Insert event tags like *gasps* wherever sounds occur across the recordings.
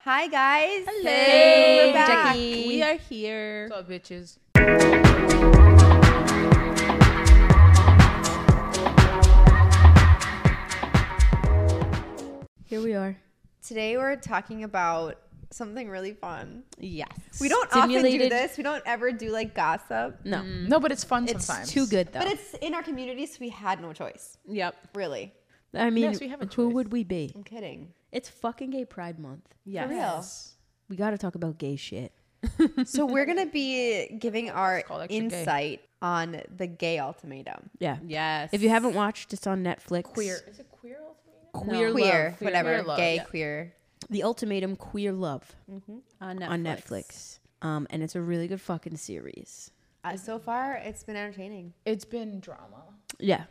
Hi guys. Hello. Hey, we're back. Jackie. We are here. What's up, bitches? Here we are. Today we're talking about something really fun. Yes. We don't often do Stimulated- this. We don't ever do like gossip. No. No, but it's fun It's Mm, sometimes. too good though. But it's in our community, so we had no choice. yep. Really. I mean, Yes, we have a who choice. would we be? I'm *laughs* kidding. It's fucking Gay Pride Month. Yes. We got to talk about gay shit. So we're going to be giving our called Extra Gay. insight on the gay ultimatum. Yeah. Yes. If you haven't watched, it's on Netflix. Queer. Is it queer ultimatum? Queer, Queer, love. whatever. Queer love, gay, yeah. queer. The ultimatum, queer love, on Netflix. on Netflix. Um, and it's a really good fucking series. Uh, Um, so far, it's been entertaining. It's been drama, Yeah.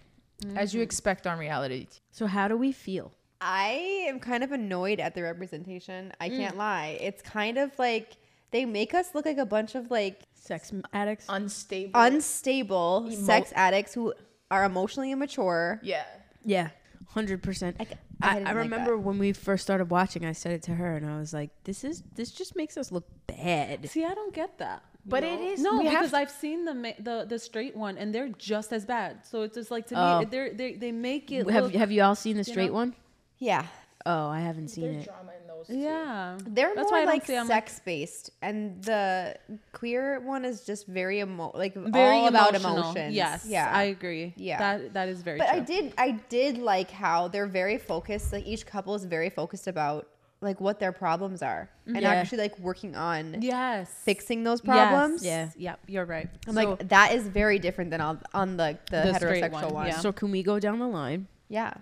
as you expect on reality. t- So how do we feel? I am kind of annoyed at the representation. I Mm. can't lie. It's kind of like they make us look like a bunch of like Sex addicts. Unstable. unstable sex addicts who are emotionally immature. yeah. yeah. Hundred percent. I, I I, didn't like remember when we first started watching, I said it to her, and I was like, "This is this just makes us look bad." See, I don't get that. But it is No, we have because to- I've seen the, ma- the the straight one, and they're just as bad. So it's just like to Oh. me, they're, they they make it. Have look, Have you all seen the straight one? Yeah. Oh, I haven't seen There's it. drama in those. Yeah, They're That's more why I don't like see- I'm like- sex based, and the queer one is just very emo, like very all about emotional. emotions. Yes, yeah, I agree. Yeah. that that is very. But true. I did, I did like how they're very focused. Like each couple is very focused about like what their problems are, and Yeah. actually like working on Yes, *laughs* fixing those problems. Yeah. Yeah, you're right. I'm like that is very different than on, on the, the, The straight heterosexual one. one, yeah. So can we go down the line yeah.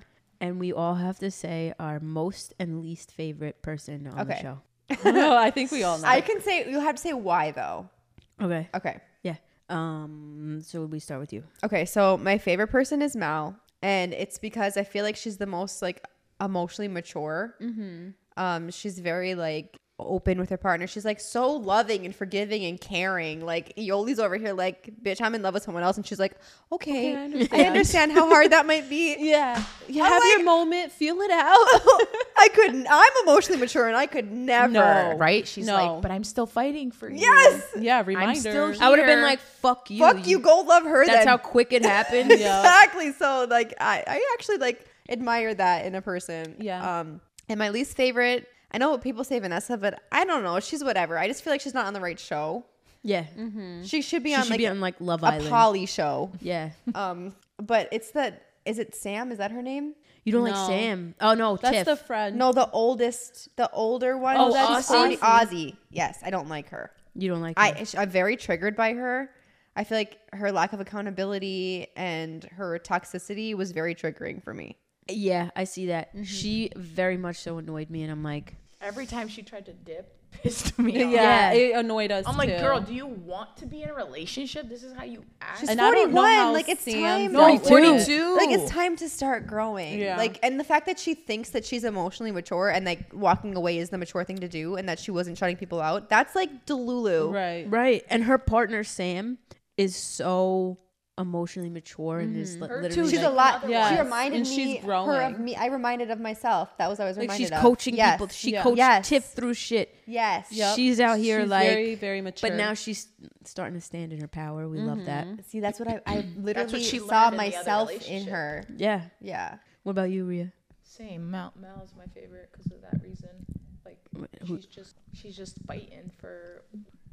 and we all have to say our most and least favorite person on the Okay. show? no, I think we all know. *laughs* I can say you have to say why though. Okay. Okay. Yeah. Um. So we start with you. Okay, so my favorite person is Mal, and it's because I feel like she's the most like emotionally mature. Mm-hmm. Um, she's very like open with her partner. She's like so loving and forgiving and caring. Like Yoli's over here, like bitch, I'm in love with someone else, and she's like, okay, Okay, I I, understand. understand." how hard that might *laughs* be. *laughs* yeah, you I'm have like- your moment, feel it out. *laughs* I couldn't. I'm emotionally mature, and I could never. No. Right? She's No. like, but I'm still fighting for you. Yes. yeah, I'm reminder. still I would have been Here. like, "Fuck you." Fuck you. Go love her. That's then. how quick it *laughs* happened. exactly so like I, I actually like admire that in a person Yeah. um and my least favorite i know what people say vanessa but i don't know she's whatever i just feel like she's not on the right show Yeah. she should be Mm. She on should Mm-hmm. like be on like Love a Island. poly *laughs* show yeah. um but it's the is it sam is that her name You don't No. like Sam. Oh no, That's Tiff. the friend. no the oldest the older one Oh, that's Ozzy? Ozzy. yes i don't like her you don't like. her. I I'm very triggered by her. I feel like her lack of accountability and her toxicity was very triggering for me. Yeah, I see that. She very much so annoyed me, and I'm like, Every time she tried to dip, *laughs* pissed me off. Yeah. yeah, it annoyed us. I'm like, too. girl, do you want to be in a relationship? This is how you act. She's And I don't 41. know how like it's Sam time. No, like, felt 42. it. Like it's time to start growing. Yeah. Like and the fact that she thinks that she's emotionally mature and like walking away is the mature thing to do and that she wasn't shutting people out. That's like Delulu. right. right. And her partner Sam is so emotionally mature and is li- Her literally too. She's like- a lot. Yes. She reminded And me. she's Her of growing. me. I reminded of myself. That was what I was Like reminded she's of. coaching Yes. people. She Yeah. coached Yes. Tiff through shit. Yes. Yep. She's out here She's like, very, very mature. but now she's starting to stand in her power. We love that. See, that's what I. I literally she saw learned in the other myself in relationship. her. Yeah. Yeah. What about you, Ria? Same. Mal Mal's my favorite because of that reason. Like who- she's just she's just fighting for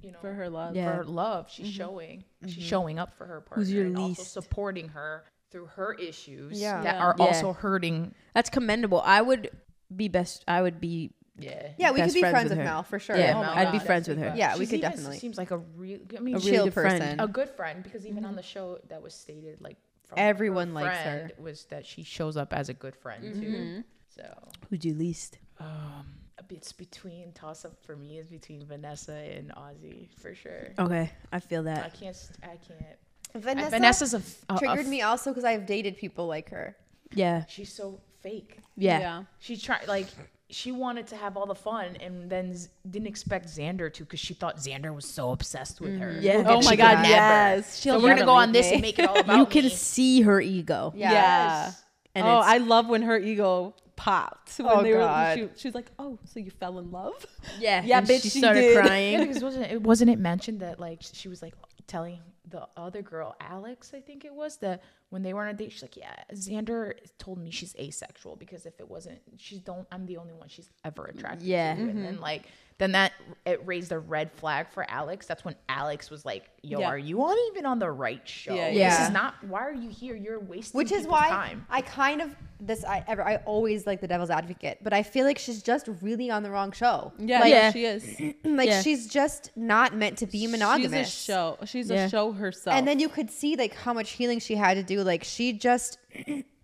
you know for her love. Yeah. for love. She's Mm-hmm. showing she's showing up for her partner Who's your and also least? supporting her through her issues Yeah. that Yeah. are Yeah. also hurting. That's commendable. I would be best. I would be. Yeah. Yeah, we Best could be friends friends with with her. Mal for sure. Yeah, Oh Mal. my I'd be God, friends that's with her. super- Yeah, we she's could even- definitely. Seems like a real. I mean, A she's really Chill good friend. person. a good friend because even on the show that was stated like from Everyone likes her. Mm-hmm. friend was that she shows up as a good friend too. So Who'd you least? Um, it's between toss up for me is between Vanessa and Ozzy for sure. Okay, I feel I that. can't. st- I can't. Vanessa, And Vanessa's a, f- Uh, a- a triggered f- me also because I've dated people like her. Yeah. She's so fake. Yeah. She tried like she wanted to have all the fun and then z- didn't expect Xander to because she thought Xander was so obsessed with Mm-hmm. her. Yeah. That Oh she my could God, never. yes. So She'll we're gonna never go on leave this me. and *laughs* make it all about You can me. see her ego. Yeah. Yeah. And oh, it's- I love when her ego popped when Oh, they God. were. She, she was like, "Oh, so you fell in love?" Yeah, Yeah, and bitch, She she started *laughs* *laughs* did. Yeah, crying. because wasn't it wasn't it mentioned that like she was like telling the other girl, Alex, I think it was, that when they were on a date, she's like, Yeah, Xander told me she's asexual because if it wasn't she don't I'm the only one she's ever Mm, attracted Yeah. to. And mm-hmm. then like then that it raised a red flag for Alex. That's when Alex was like, Yo, Yeah. are you on even on the right show? Yeah, This yeah. is not why are you here? You're wasting which is people's why time. I kind of this I ever I always like the devil's advocate, but I feel like she's just really on the wrong show. Yeah, like, yeah. she is. like Yeah. she's just not meant to be monogamous. She's a show. She's Yeah. a show herself. And then you could see like how much healing she had to do. Like she just *clears throat*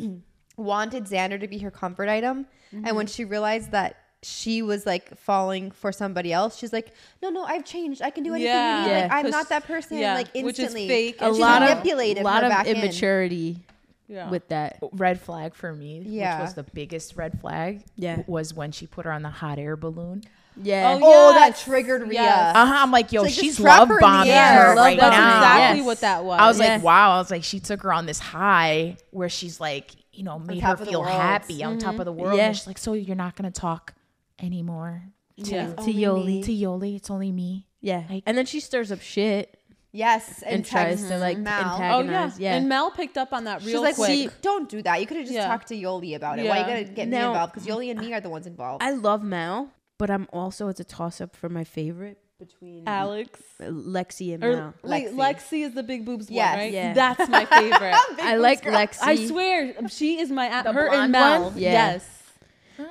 wanted Xander to be her comfort item, and Mm-hmm. when she realized that she was like falling for somebody else, she's like, "No, no, I've changed. I can do anything. Yeah. you need. Like, Yeah. I'm 'Cause- not that person. yeah, Like which is instantly, fake And and she's A lot of- manipulated. lot her of back in. immaturity yeah. with that. red flag for me, Yeah. which was the biggest red flag, Yeah. was when she put her on the hot air balloon. Yeah, Oh, that yes, triggered Rhea. yes. Uh huh. I'm like, yo, It's like, she's just drop love her in the bombing air. her Love right That's bombing. now. exactly Yes. what that was. I was Yeah. like, wow. I was like, she took her on this high where she's like, you know, made her top of the feel world. Mm-hmm. happy on top of the world. Yeah. And she's like, so you're not gonna talk anymore to Yeah. to Yoli. to Yoli. It's only me. Yeah, Like- and then she stirs up shit Yes, and, and, tries texts to like Mal. oh yeah. antagonize. yeah. And Mel picked up on that real She's like, quick. see, don't do that. You could have just Yeah. talked to Yoli about it. Why you Yeah. gotta get me No. involved? Because Yoli and me are the ones involved. I love Mal, but I'm also it's a toss up for my favorite between Alex. Lexi and Or *laughs* Mal. wait, Lexi. Lexi is the big boobs Yes. one, right? Yeah. That's my favorite. I like Lexi. I swear, she is my The her blonde and Mel. one? Yeah. Yes,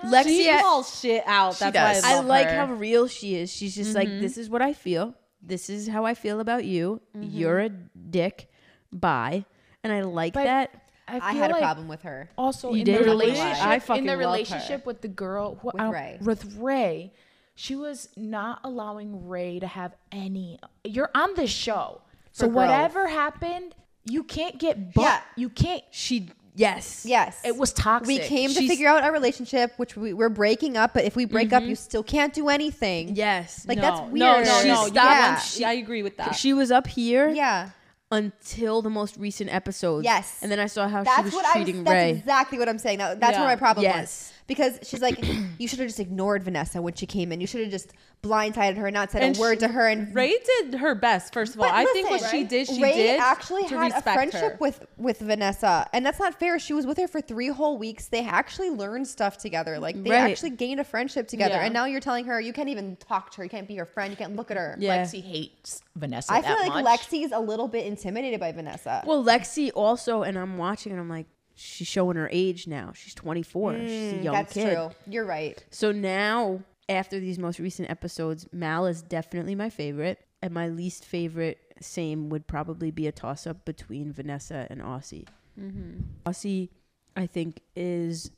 Lexi, she I- calls shit out. That's does. why I I love like her. how real she is. She's just like, this is what I feel. This is how I feel about you. You're a dick. Bye. And I like But- that. I feel had a like problem with her. Also, You did? in the Not gonna lie. relationship, I in fucking the love relationship with the girl who, with, Ray. Ray. with Ray, she was not allowing Ray to have any. You're on the show, so growth. whatever happened, you can't get. But Yeah. you can't. She, yes. Yes, It was toxic. We came to She's- figure out our relationship, which we, we're breaking up. But if we break Mm-hmm. up, you still can't do anything. Yes. Like, Like, No, that's No, weird. no, She no. stopped you got when it. she- I agree with that. she was up here yeah. Oh, until the most recent episode. Yes. And then I saw how she That's was what I. treating That's Ray. exactly what I'm saying. That, that's where Yeah. my problem was Yes. because she's like, *clears throat* you should have just ignored Vanessa when she came in. You should have just blindsided her, not said And a word she- to her, and Ray did her best. First of all, But I think what listen, she did, she Ray did actually to had a respect friendship her. with with Vanessa, and that's not fair. She was with her for three whole weeks. They actually learned stuff together. Like they Right. actually gained a friendship together. Yeah. And now you're telling her you can't even talk to her. You can't be her friend. You can't look at her. Yeah. Lexi hates Vanessa. I feel that like much. Lexi's a little bit intimidated by Vanessa. Well, Lexi also, and I'm watching and I'm like, she's showing her age now. She's 24. she's a young Mm, that's kid. true. You're right. So now, after these most recent episodes, Mal is definitely my favorite, and my least favorite, same, would probably be a toss up between Vanessa and Aussie. Mm-hmm. Aussie, I think, is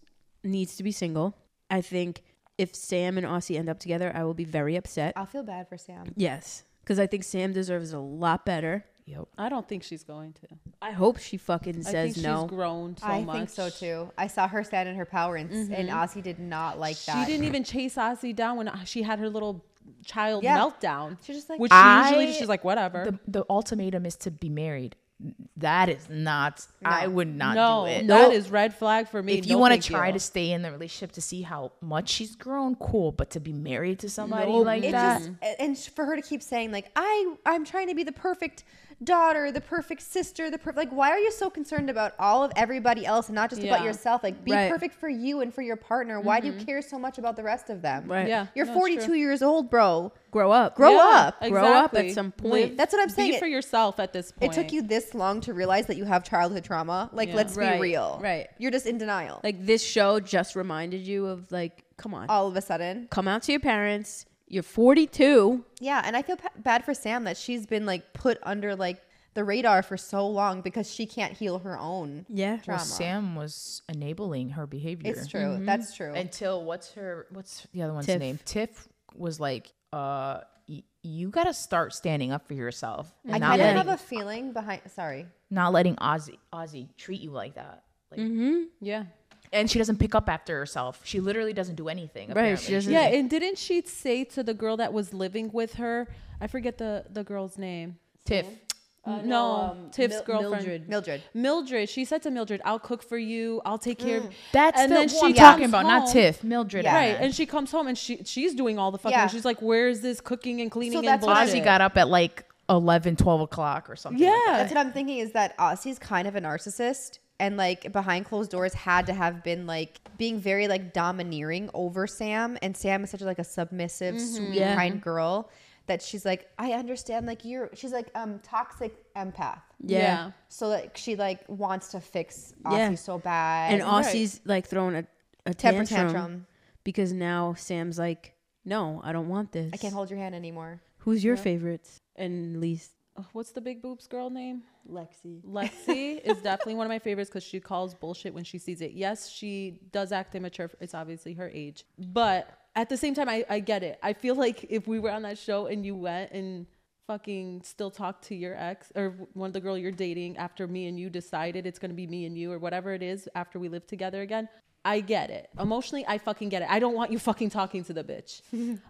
needs to be single. I think if Sam and Aussie end up together, I will be very upset. I'll feel bad for Sam. Yes, because I think Sam deserves a lot better. Yep. I don't think she's going to. I hope she fucking I think says she's no. grown so I much. think so too. I saw her stand in her power, and, and Ozzy did not like She that. didn't even chase Ozzy down when she had her little child Yeah. meltdown. She's just like, which I- she usually she's like, whatever. The, the ultimatum is to be married. That is not. I would not no, do it. that is red flag for me. if you No want to big try to deal. stay in the relationship to see how much she's grown, cool. But to be married to somebody No, like it that, just a- and sh- for her to keep saying like i i'm trying to be the perfect daughter the perfect sister the perfect like why are you so concerned about all of everybody else and not just about Yeah. yourself like be Right. perfect for you and for your partner why do you care so much about the rest of them Right. yeah, you're no, it's true. 42 years old bro Grow up. Grow Yeah, up. Grow up at exactly. some point. That's what I'm saying. Be It- for yourself at this it point. took you this long to realize that you have childhood trauma like Yeah. let's be Right. real Right. you're just in denial like Like this show just reminded you of like, come on. all of a sudden come out to your parents. You're 42. yeah and i feel pa- bad for sam that she's been like put under like the radar for so long because she can't heal her own Yeah. trauma Sam was enabling her behavior. It's true. That's true. Until what's her what's the other one's Tiff. name? Tiff was like, uh, y- you got to start standing up for yourself. Mm-hmm. and I not kind of letting, have a feeling behind. Sorry. not letting Ozzy Ozzy treat you like that. Like, yeah. And she doesn't pick up after herself. She literally doesn't do anything. Right, Apparently. she doesn't- Yeah, and didn't she say to the girl that was living with her? I forget the the girl's name. Tiff. Uh, no, Tiff's girlfriend. Mildred. um, Mildred. Mildred, she said to Mildred, "I'll cook for you. I'll take care of." That's and the then one I'm she talking comes about, not home- Tiff. Mildred. Yeah. Right, and she comes home and she she's doing all the fucking. Yeah. She's like, "Where is this cooking and cleaning and that's what I- bullshit?" Ozzy got up at like 11, 12 o'clock or something. like that. That's yeah, what I'm thinking is that Aussie's kind of a narcissist and like behind closed doors had to have been like being very like domineering over Sam and Sam is such like a submissive, sweet, kind girl that she's like, I understand like you're she's like um toxic empath. Yeah. Yeah. So like she like wants to fix Aussie Yeah. so bad. And Aussie's like throwing a, a temper tantrum, tantrum. because now Sam's like, no, I don't want this. I can't hold your hand anymore. Who's your favorites and least? Uh, what's the big boobs girl name? Lexi. Lexi is definitely one of my favorites because she calls bullshit when she sees it. Yes, she does act immature. It's obviously her age. But at the same time, I, I get it. I feel like if we were on that show and you went and fucking still talked to your ex or one of the girl you're dating after me and you decided it's going to be me and you or whatever it is after we live together again. I get it. Emotionally, I fucking get it. I don't want you fucking talking to the bitch.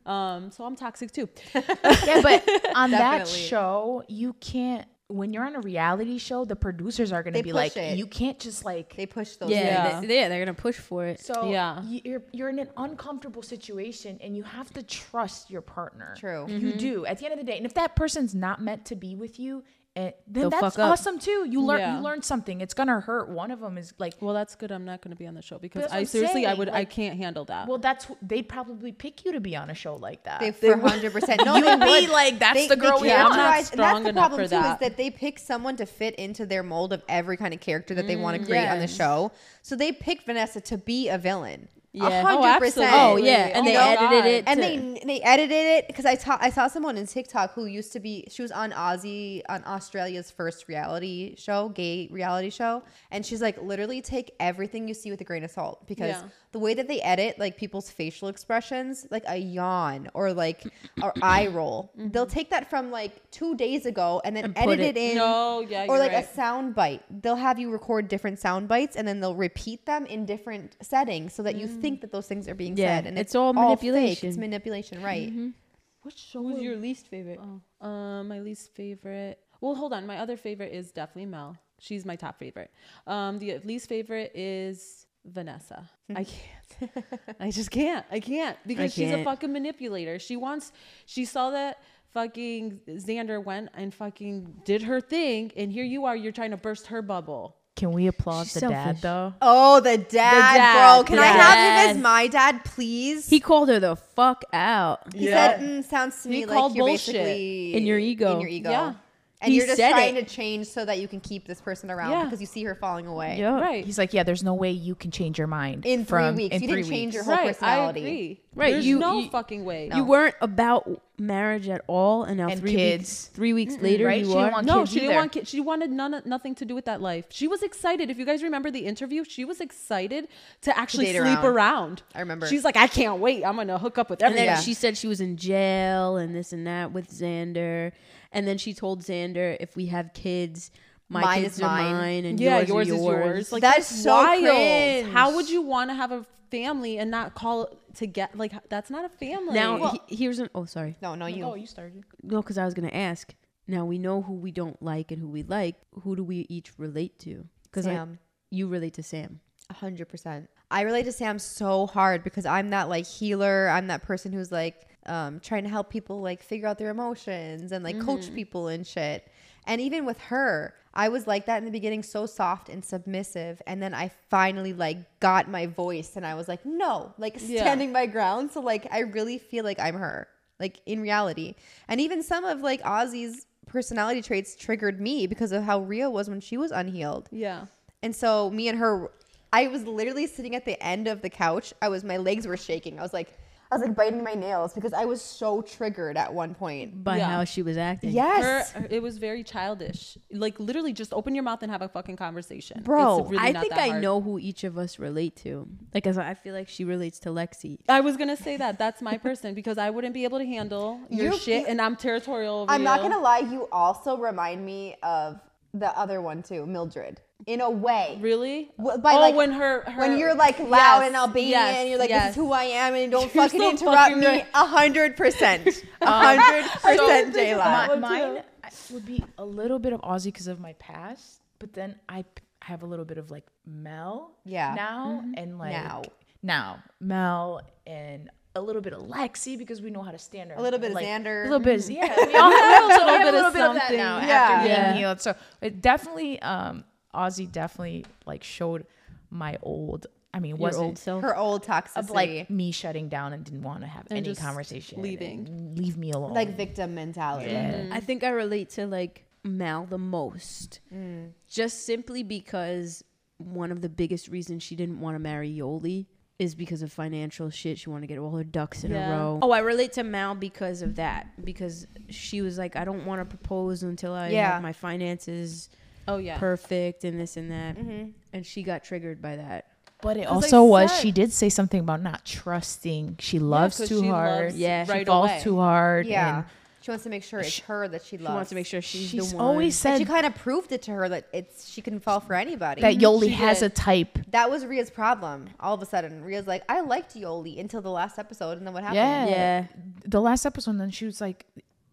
um, so I'm toxic too. yeah, but on that Definitely. show, you can't. When you're on a reality show, the producers are going They to be like, push it. you can't just like. They push those Yeah, things. Yeah. They, yeah, they're gonna push for it. so Yeah. yeah. you're you're in an uncomfortable situation, and you have to trust your partner. True. you Mm-hmm. do at the end of the day. And if that person's not meant to be with you, and then They'll that's fuck up. awesome too. You learn Yeah. you learn something. It's gonna hurt. One of them is like, Well, that's good. I'm not going to be on the show because That's what I I'm seriously, I saying, would, I like- can't handle that. well, that's wh- they'd probably pick you to be on a show like that. They for hundred percent. No, You they would be would. like, "That's the girl we Yeah, I'm not characterize- and strong that's the enough problem for too, is that. that they pick someone to fit into their mold of every kind of character that they want to create on the yes. show. So they picked Vanessa to be a villain. Yeah. Yeah, Oh, hundred percent. absolutely. Oh yeah, and Oh they my edited God. it. And to- they they edited it because I ta- I saw someone in TikTok who used to be she was on Aussie on Australia's first reality show, gay reality show, and she's like literally take everything you see with a grain of salt because Yeah. the way that they edit like people's facial expressions, like a yawn or like or eye roll, they'll take that from like two days ago and then And put edit it- it, in. No, yeah, or you're like right. a sound bite. They'll have you record different sound bites and then they'll repeat them in different settings so that you think that those things are being Yeah, said. And it's all fake. It's manipulation. Mm-hmm. manipulation, right? What show was your least favorite? Oh, um, my least favorite. Well, hold on. My other favorite is definitely Mel. She's my top favorite. Um, the least favorite is Vanessa. I can't. *laughs* I just can't. I can't because she's a can't. fucking manipulator. She wants. She saw that fucking Xander went and fucking did her thing, and here you are. You're trying to burst her bubble. Can we applaud She's the selfish. dad though? Oh, the dad, dad, bro. Can the I have dad. him as my dad, please? he called her the fuck out. He said, mm, sounds to He me like called you're bullshit. basically In your ego. In your ego. Yeah. And He you're just said trying it. to change so that you can keep this person around Yeah. because you see her falling away. Yup. Right. He's like, yeah, there's no way you can change your mind In three from- weeks. In You three didn't change weeks. your whole right. personality. I agree. Right, There's you- no you- fucking way. You weren't about marriage at all, and now And three kids. weeks. Three weeks later, Right? you She didn't are. want No, kids she didn't either. want kids. She wanted none, nothing to do with that life. She was excited. If you guys remember the interview, she was excited to actually date sleep around. around. I remember. She's like, I can't wait. I'm gonna hook up with And then everyone. she said she was in jail and this and that with Xander, and then she told Xander, "If we have kids, my Mine kids is are mine." mine, and yeah, yours, yours, are is yours. Like that's, That's so wild. cringe. How would you want to have a family and not call it to get like that's not a family? Now Well, he- here's an. Oh, sorry. No, no, you. Oh, you started. No, because I was gonna ask. Now we know who we don't like and who we like. Who do we each relate to? Because Sam. you relate to Sam. A hundred percent. I relate to Sam so hard because I'm that like healer. I'm that person who's like um, trying to help people like figure out their emotions and like coach people and shit. And even with her, I was like that in the beginning, so soft and submissive. And then I finally like got my voice, and I was like, no, like Yeah. standing my ground. So like I really feel like I'm her, like in reality. And even some of like Ozzy's personality traits triggered me because of how Ria was when she was unhealed. yeah, And so me and her, I was literally sitting at the end of the couch. I was my legs were shaking. I was like, I was like biting my nails because I was so triggered at one point. By Yeah. how she was acting. Yes, Her- it was very childish. Like literally, just open your mouth and have a fucking conversation, Bro, It's really I not think that I hard. know who each of us relate to. Like, as I I feel like she relates to Lexi. I was gonna say that that's my person because I wouldn't be able to handle your You- shit, you- and I'm territorial. Over I'm not you. gonna lie. You also remind me of the other one too, Mildred, in a way. Really? W- By oh, like when her, her when you're like loud Yes, and Albanian yes, and you're like yes. this is who I am and don't *laughs* You're fucking so interrupt fucking me *laughs* right. a hundred percent, a hundred percent, Jayla. mine, I would be a little bit of Aussie because of my past, but then I p- have a little bit of like Mel Yeah. now and like Now. now Mel and a little bit of Lexi because we know how to stand her. A little bit of like, Xander. A little bit of yeah. We all have, *laughs* we also have Mm-hmm. a little bit of that something. now Yeah. after being Yeah. healed. So it definitely um Aussie definitely like showed my old I mean Your was old old self. her old toxicity, of like me shutting down and didn't want to have any just conversation. leaving. and Leave me alone. like victim mentality. I think I relate to like Mal the most. Just simply because one of the biggest reasons she didn't want to marry Yoli is because of financial shit. She wanted to get all her ducks in Yeah. a row. Oh, I relate to Mal because of that. Because she was like, I don't want to propose until I Yeah. have my finances Oh yeah. perfect and this and that. And she got triggered by that. But it 'Cause I also was said- she did say something about not trusting. She loves 'cause too she hard. loves Yeah, she right falls away. too hard. Yeah. and She wants to make sure it's her that she She loves. wants to make sure she's, she's, the one. always And said she kind of proved it to her that it's she can fall for anybody. that Yoli She has did. a type. that was Ria's problem. All of a sudden, Ria's like, "I liked Yoli until the last episode, and then what happened?" Yeah. yeah. The last episode, then she was like,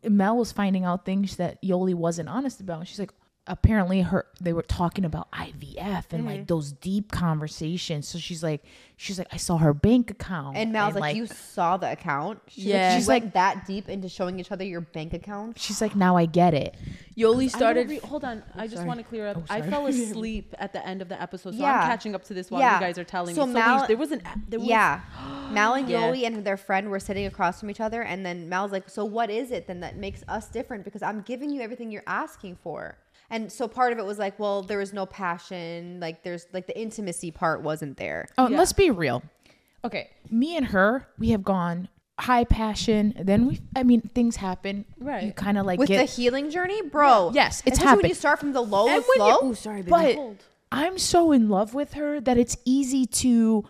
Mel was finding out things that Yoli wasn't honest about. And she's like, apparently her they were talking about IVF and like those deep conversations. So she's like, she's like, I saw her bank account. And Mal's like, "You saw the account." She's Yeah. like, She's she's like that deep into showing each other your bank account. She's like, now I get it. Yoli I don't started. re- hold on. I just sorry. want to clear up. Oh, I sorry. *laughs* fell asleep at the end of the episode, so Yeah. I'm catching up to this while Yeah. you guys are telling So me. Mal- so we, there was an a- there was, *gasps* Yeah. Mal and Yeah. Yoli and their friend were sitting across from each other, and then Mal's like, "So what is it then that makes us different? Because I'm giving you everything you're asking for." And so part of it was like, "Well, there was no passion. Like there's like the intimacy part wasn't there." Oh, and Yeah. let's be real. Okay, me and her, we have gone high passion. Then we, I mean, things happen. Right. You kind of like With get. the healing journey, bro. Yeah. Yes, it's especially when you happened. start from the low And and when you- slow. oh, sorry, baby. but Hold. I'm so in love with her that it's easy to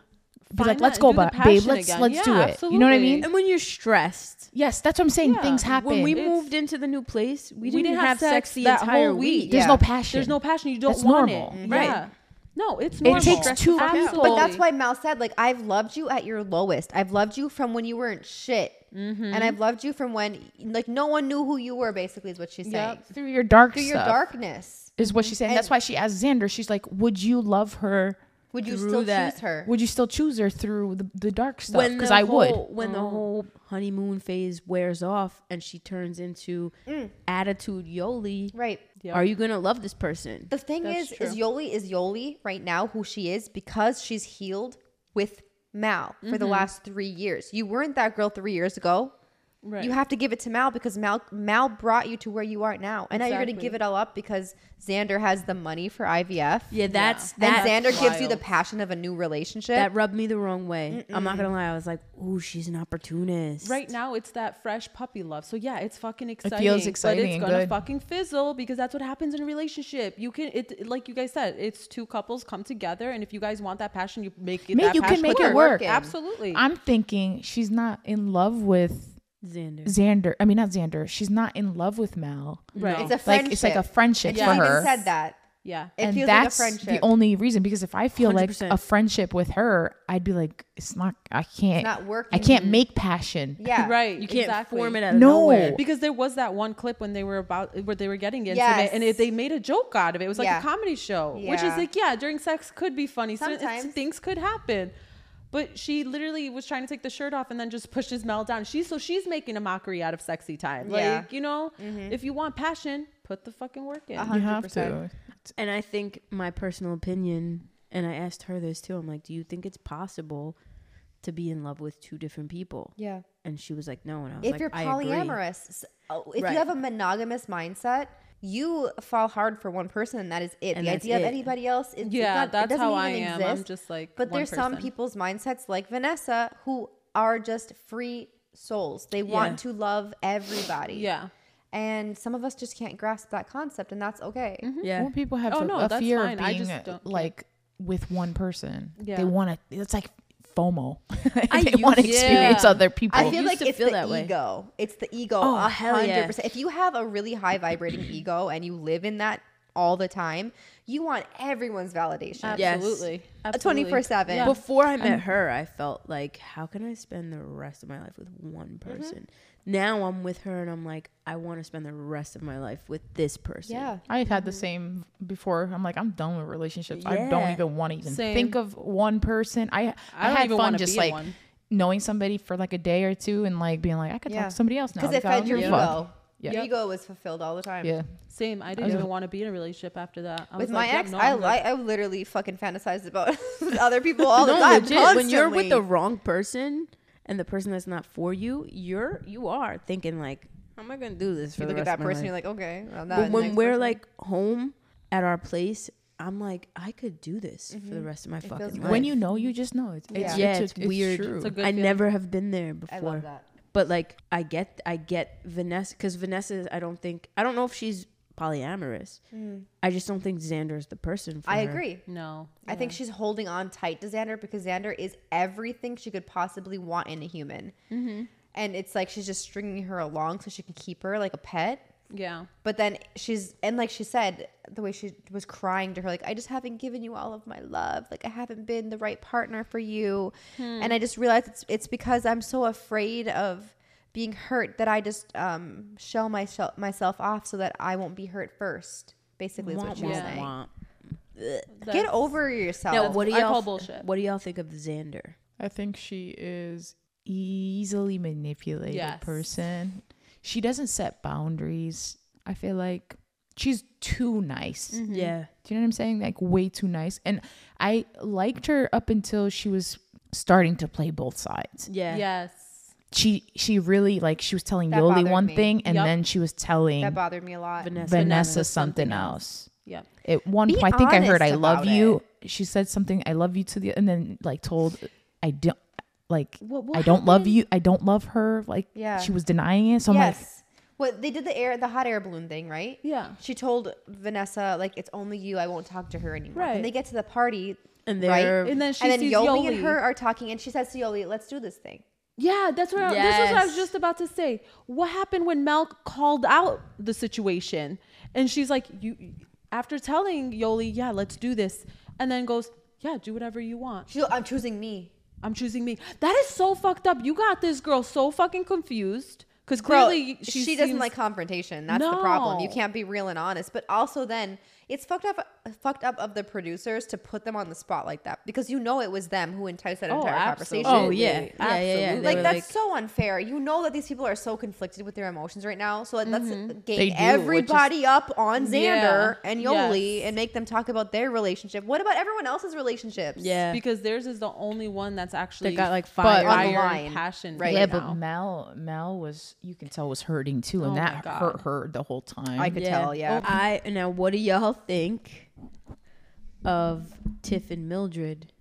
be Why like, not let's go, do the ba- babe. passion Let's again? let's Yeah, do it. You know what I absolutely. mean? and when you're stressed, Yes, that's what I'm saying. Yeah. Things happen. when we It's- moved into the new place, we We didn't, have, sex, the that entire whole week. week. there's Yeah. no passion. There's no passion. You don't That's want normal. it. Mm-hmm. Right. Yeah. No, it's normal. It takes Stress two- the fuck out. But that's why Mal said, like, I've loved you at your lowest. I've loved you from when you weren't shit. Mm-hmm. And I've loved you from when, like, no one knew who you were, basically, is what she's saying. Yep. through your dark Through your stuff darkness. is what she's saying. that's why she asked Xander. She's like, would you love her? Would you Through still that- choose her? Would you still choose her through the, the dark stuff? When Because the I would. whole- When the whole honeymoon phase wears off and she turns into attitude Yoli, right. Yep. are you gonna love this person? The thing That's is, is Yoli is Yoli right now, who she is, because she's healed with Mal for the last three years. You weren't that girl three years ago. Right. You have to give it to Mal because Mal Mal brought you to where you are now, and now you're going to Exactly. give it all up because Xander has the money for IVF. Yeah, that's that. And Xander gives you the wild. passion of a new relationship. *laughs* that rubbed me the wrong way. I'm not gonna lie. I was like, "Ooh, she's an opportunist." Right now, it's that fresh puppy love. So yeah, it's fucking exciting. exciting but it's and gonna good. fucking fizzle because that's what happens in a relationship. You can, it like you guys said, it's two couples come together, and if you guys want that passion, you make it. Mate, that you can passion make it work. Absolutely. I'm thinking she's not in love with Xander. Xander. I mean, not Xander. She's not in love with Mal. right. it's a friendship. Like it's like a friendship She Yeah. for even her. said that. yeah. It and feels that's like a friendship. the only reason. Because if I feel like 100%. a friendship with her, I'd be like, it's not. I can't. not working. I can't make passion. yeah. *laughs* Right. You can't exactly. form it out of No. nowhere. Because there was that one clip when they were about where they were getting intimate, Yes. and it, they made a joke out of it. It was like Yeah. a comedy show, which Yeah. is like, yeah, during sex could be funny. So it's- Sometimes. things could happen. But she literally was trying to take the shirt off and then just pushes Mel down. She's so she's making a mockery out of sexy time. Like Yeah. Mm-hmm. you know, if you want passion, put the fucking work in. Uh-huh. You have 100%. to. And I think my personal opinion, and I asked her this too. I'm like, "Do you think it's possible to be in love with two different people?" Yeah. And she was like, "No." And I was If like, you're "I agree." polyamorous, s- oh, if Right. you have a monogamous mindset, you fall hard for one person, and that is it. And the that's idea it. of anybody else, is it's Yeah, not- it that's doesn't how even I am. I'm exist. just like But one there's some person. people's mindsets, like Vanessa, who are just free souls. They want to love everybody. Yeah. And some of us just can't grasp that concept, and that's okay. Yeah. Well, people have Oh, a, no, a that's fear fine. of I being uh, just don't- like with one person. Yeah. They want to. It's like FOMO. *laughs* I they want to used- experience Yeah. other people. I feel used like to it's feel the that way. ego. It's the ego. Oh, hell yeah. If you have a really high vibrating ego and you live in that all the time, you want everyone's validation. Yes. Absolutely. A 24/7. Yeah. Before I Um, met her, I felt like, how can I spend the rest of my life with one Mm-hmm. person? Now I'm with her and I'm like, I want to spend the rest of my life with this person. Yeah. I had the Mm-hmm. same before. I'm like, I'm done with relationships. I don't Yeah. even want to even Same. think of one person. I I I, don't had even fun wanna just be in like one. knowing somebody for like a day or two and like being like, I could Yeah. talk to somebody else now. Because it Like, I fed don't your give a fuck. ego. Yeah. Your ego was fulfilled all the time. Yeah. Same. I didn't even want to be in a relationship after that. I With was my like, yeah, ex, no, I I'm good. li- I literally fucking fantasized about *laughs* other people all the no, time. legit. When you're with the constantly. wrong person and the person that's not for you, you're you are thinking like, how am I gonna do this for you the look at rest that of my person, life? you're like, okay. Well, But when we're like home at our place, I'm like, I could do this for the rest of my fucking Mm-hmm. feels life. good. When you know, you just know. It's, it's, Yeah, it's, it's weird. true. It's a good I feeling. never have been there before. I love that. But like I get I get Vanessa because Vanessa I don't think I don't know if she's polyamorous. I just don't think Xander's the person for Mm. I her. agree. No. I think she's holding on tight to Xander because Xander is everything she could possibly want in a human. Mm-hmm. And it's like she's just stringing her along so she can keep her like a pet. Yeah. But then she's, and like she said, the way she was crying to her, like, I just haven't given you all of my love. Like, I haven't been the right partner for you. And I just realized it's, it's because I'm so afraid of being hurt that I just um, shell myself, myself off so that I won't be hurt first, basically, is Wah, what she was wah, saying. wah. Get That's- over yourself. Now, what do I y'all call bullshit. What do y'all think of Xander? I think she is easily manipulated Yes. person. She doesn't set boundaries. I feel like she's too nice. Mm-hmm. Yeah, Do you know what I'm saying? Like way too nice. And I liked her up until she was starting to play both sides. yeah, Yes. She she really like she was telling That Yoli bothered one me. thing and Yup. then she was telling That Vanessa, bothered me a lot. Vanessa. something else. Yep. At one Be point I think I heard honest I love about you. She said something I love you to the and then like told I don't like What- what I don't love happened? you. I don't love her. Like Yeah. she was denying it. So I'm like yes. What they did the air, the hot air balloon thing, right? Yeah. She told Vanessa like it's only you. I won't talk to her anymore. Right. And they get to the party, And right? they're And then she and then sees Yoli, Yoli. and her are talking, and she says to Yoli, "Let's do this thing." Yeah, that's what I, this is what I Yes. was just about to say. What happened when Mel called out the situation, and she's like, "You," after telling Yoli, "Yeah, let's do this," and then goes, "Yeah, do whatever you want. She, goes, I'm choosing me. I'm choosing me." That is so fucked up. You got this girl so fucking confused because Bro, clearly she, she, doesn't seems- like confrontation. That's the problem. You No. can't be real and honest. But also, then it's fucked up, fucked up of the producers to put them on the spot like that because you know it was them who enticed that Oh, entire absolutely. conversation. Oh, yeah. Yeah, yeah, yeah. Absolutely. They like were that's like- so unfair. You know that these people are so conflicted with their emotions right now. So like, let's Mm-hmm. gang They do, everybody up on Xander Yeah. and Yoli Yes. and make them talk about their relationship. What about everyone else's relationships? yeah. because theirs is the only one that's actually That got like But- fired. on fire the and line, passion. right yeah, now. but Mel Mel was you can tell was hurting too, and Oh my that God. hurt her the whole time. I could tell. Yeah, I now. What do y'all think of Tiff and Mildred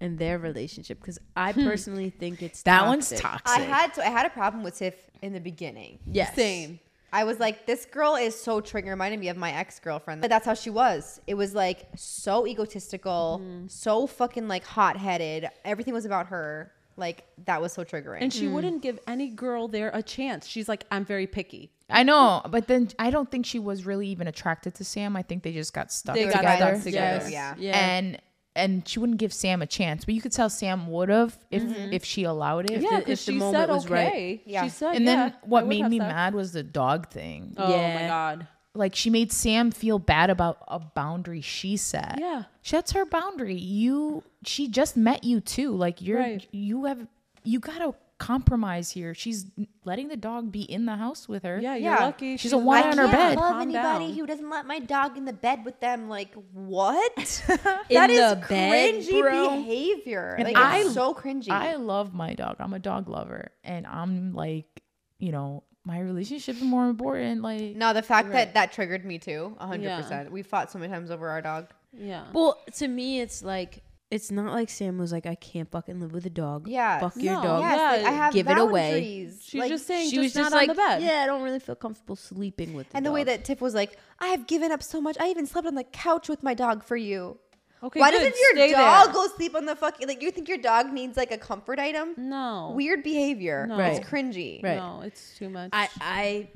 and their relationship? Because I personally think it's that toxic. one's toxic. I had to, I had a problem with Tiff in the beginning. Yes. Same. I was like, this girl is so trigger reminded me of my ex girlfriend. But that's how she was. It was like so egotistical, so fucking like hot headed. Everything was about her. Like that was so triggering. And Mm. she wouldn't give any girl there a chance. She's like, "I'm very picky." I know, but then I don't think she was really even attracted to Sam. I think they just got stuck They got together. stuck together. Yes. Yeah. Yeah. And and she wouldn't give Sam a chance, but you could tell Sam would have if if she allowed it. Mm-hmm. Yeah, the- if because the she moment said was right. okay. Yeah. She said, And then "Yeah, I what would made have me sex." mad was the dog thing. Oh my Yeah. god. Like she made Sam feel bad about a boundary she set. Yeah. That's her boundary. You she just met you too. Like you're Right. you have you gotta compromise here. She's letting the dog be in the house with her. Yeah, you're Yeah. lucky. She's a one lucky. on her Yeah, bed. love calm anybody down. who doesn't let my dog in the bed with them. Like what? In that is the bed, cringy bro. behavior. And Like I- it's so cringy. I love my dog. I'm a dog lover. And I'm like, you know, my relationship is more important. Like no, the fact that that triggered me too. hundred Yeah. percent. We fought so many times over our dog. Yeah. Well, to me, it's like it's not like Sam was like, I can't fucking live with a dog. Yeah. fuck your No, dog. Oh, yeah. Yes, like, I have Give it away. boundaries. She's Like, just saying She just was not just on like, the bed. yeah, I don't really feel comfortable sleeping with. The And the way dog." that Tiff was like, I have given up so much. I even slept on the couch with my dog for you. Okay, Why good. doesn't your Stay dog there. go sleep on the fucking like you think your dog needs like a comfort item? No. Weird behavior. No. It's Right. cringy. Right. No, it's too much. *clears throat* I I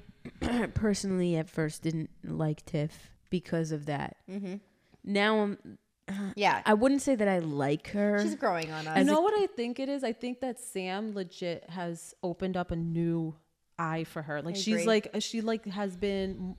personally at first didn't like Tiff. because of that. Mm-hmm. Now I'm, Yeah. I wouldn't say that I like her. She's growing on You us. know what I think it is? I think that Sam legit has opened up a new eye for her. Like I she's agree. like uh, she like has been m-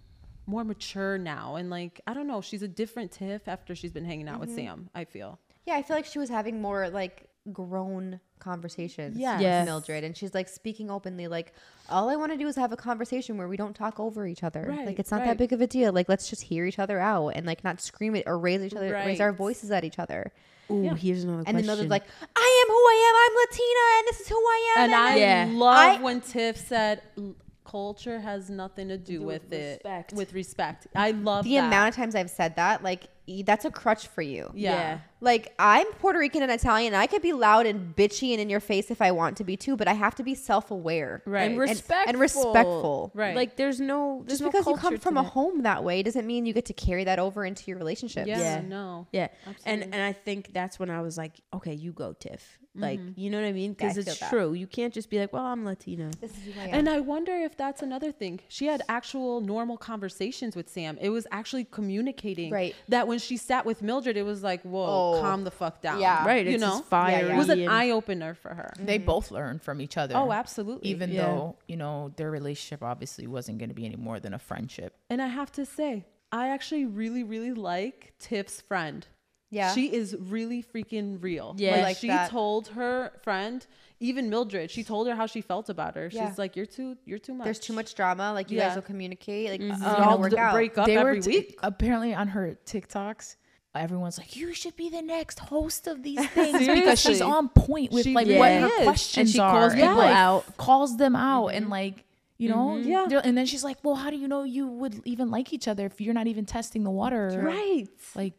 more mature now and like I don't know, she's a different Tiff after she's been hanging out with Sam, I feel. Yeah, I feel like she was having more like grown conversations Yes. with Yes. Mildred, and she's like speaking openly. Like, all I want to do is have a conversation where we don't talk over each other. Right, like, it's not right. that big of a deal. Like, let's just hear each other out and like not scream it or raise each other, raise our Right. voices at each other. Ooh, here's another And question. then Mildred's like, I am who I am. I'm Latina, and this is who I am. And I Yeah. love I- when Tiff said "L- culture has nothing to do, do with, with it. respect." With respect. I love the that. amount of times I've said that, like, e- that's a crutch for you. yeah. Yeah. Like I'm Puerto Rican and Italian. I could be loud and bitchy and in your face if I want to be too, but I have to be self-aware. Right. and And- respectful. and respectful. Right. Like there's no there's Just no because you culture come to from a that. home that way doesn't mean you get to carry that over into your relationships. yeah, Yeah. no. Yeah. Absolutely. And and I think that's when I was like, okay, you go, Tiff. Like, you know what I mean? Mm-hmm. Yeah, I Because feel it's that. true. You can't just be like, well, I'm Latina. This is who I am. And I wonder if that's another thing. She had actual normal conversations with Sam. It was actually communicating. Right. That when she sat with Mildred, it was like, whoa, Oh. calm the fuck down. Yeah. Right. You It's know, just fiery. yeah. it was an and- eye opener for her. They both learned from each other. Oh, absolutely. Even Yeah. though, you know, their relationship obviously wasn't going to be any more than a friendship. And I have to say, I actually really, really like Tiff's friend. Yeah. She is really freaking real. Yeah. Like, I like she that. told her friend, even Mildred, she told her how she felt about her. Yeah. She's like, You're too you're too much. There's too much drama. Like you Yeah. guys will communicate. Like it's You gonna all work d- out. break up every t- week. apparently on her TikToks. Everyone's like, you should be the next host of *laughs* these things because she's Seriously. on point with She like really what is. her And questions she are. calls and, people like, out. calls them out, and like you know, Mm-hmm. Yeah. they're- And then she's like, well, how do you know you would even like each other if you're not even testing the water? right. Like,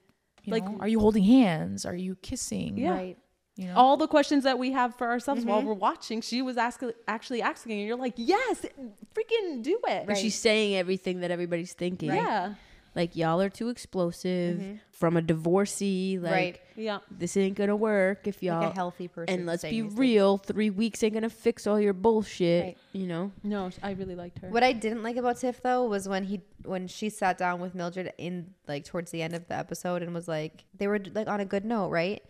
you Like- know, are you holding hands? Are you kissing? Yeah. Right. You know? all the questions that we have for ourselves Mm-hmm. while we're watching she was ask, actually asking and you're like yes freaking do it But she's saying everything that everybody's thinking. yeah Like y'all are too explosive from a divorcee. Like Mm-hmm. Right. yeah this ain't gonna work if y'all Like a healthy person. and let's saying be these things. real, three weeks ain't gonna fix all your bullshit. Right. You know? no i really liked her What I didn't like about Tiff though was when he when she sat down with Mildred in like towards the end of the episode and was like they were like on a good note, right?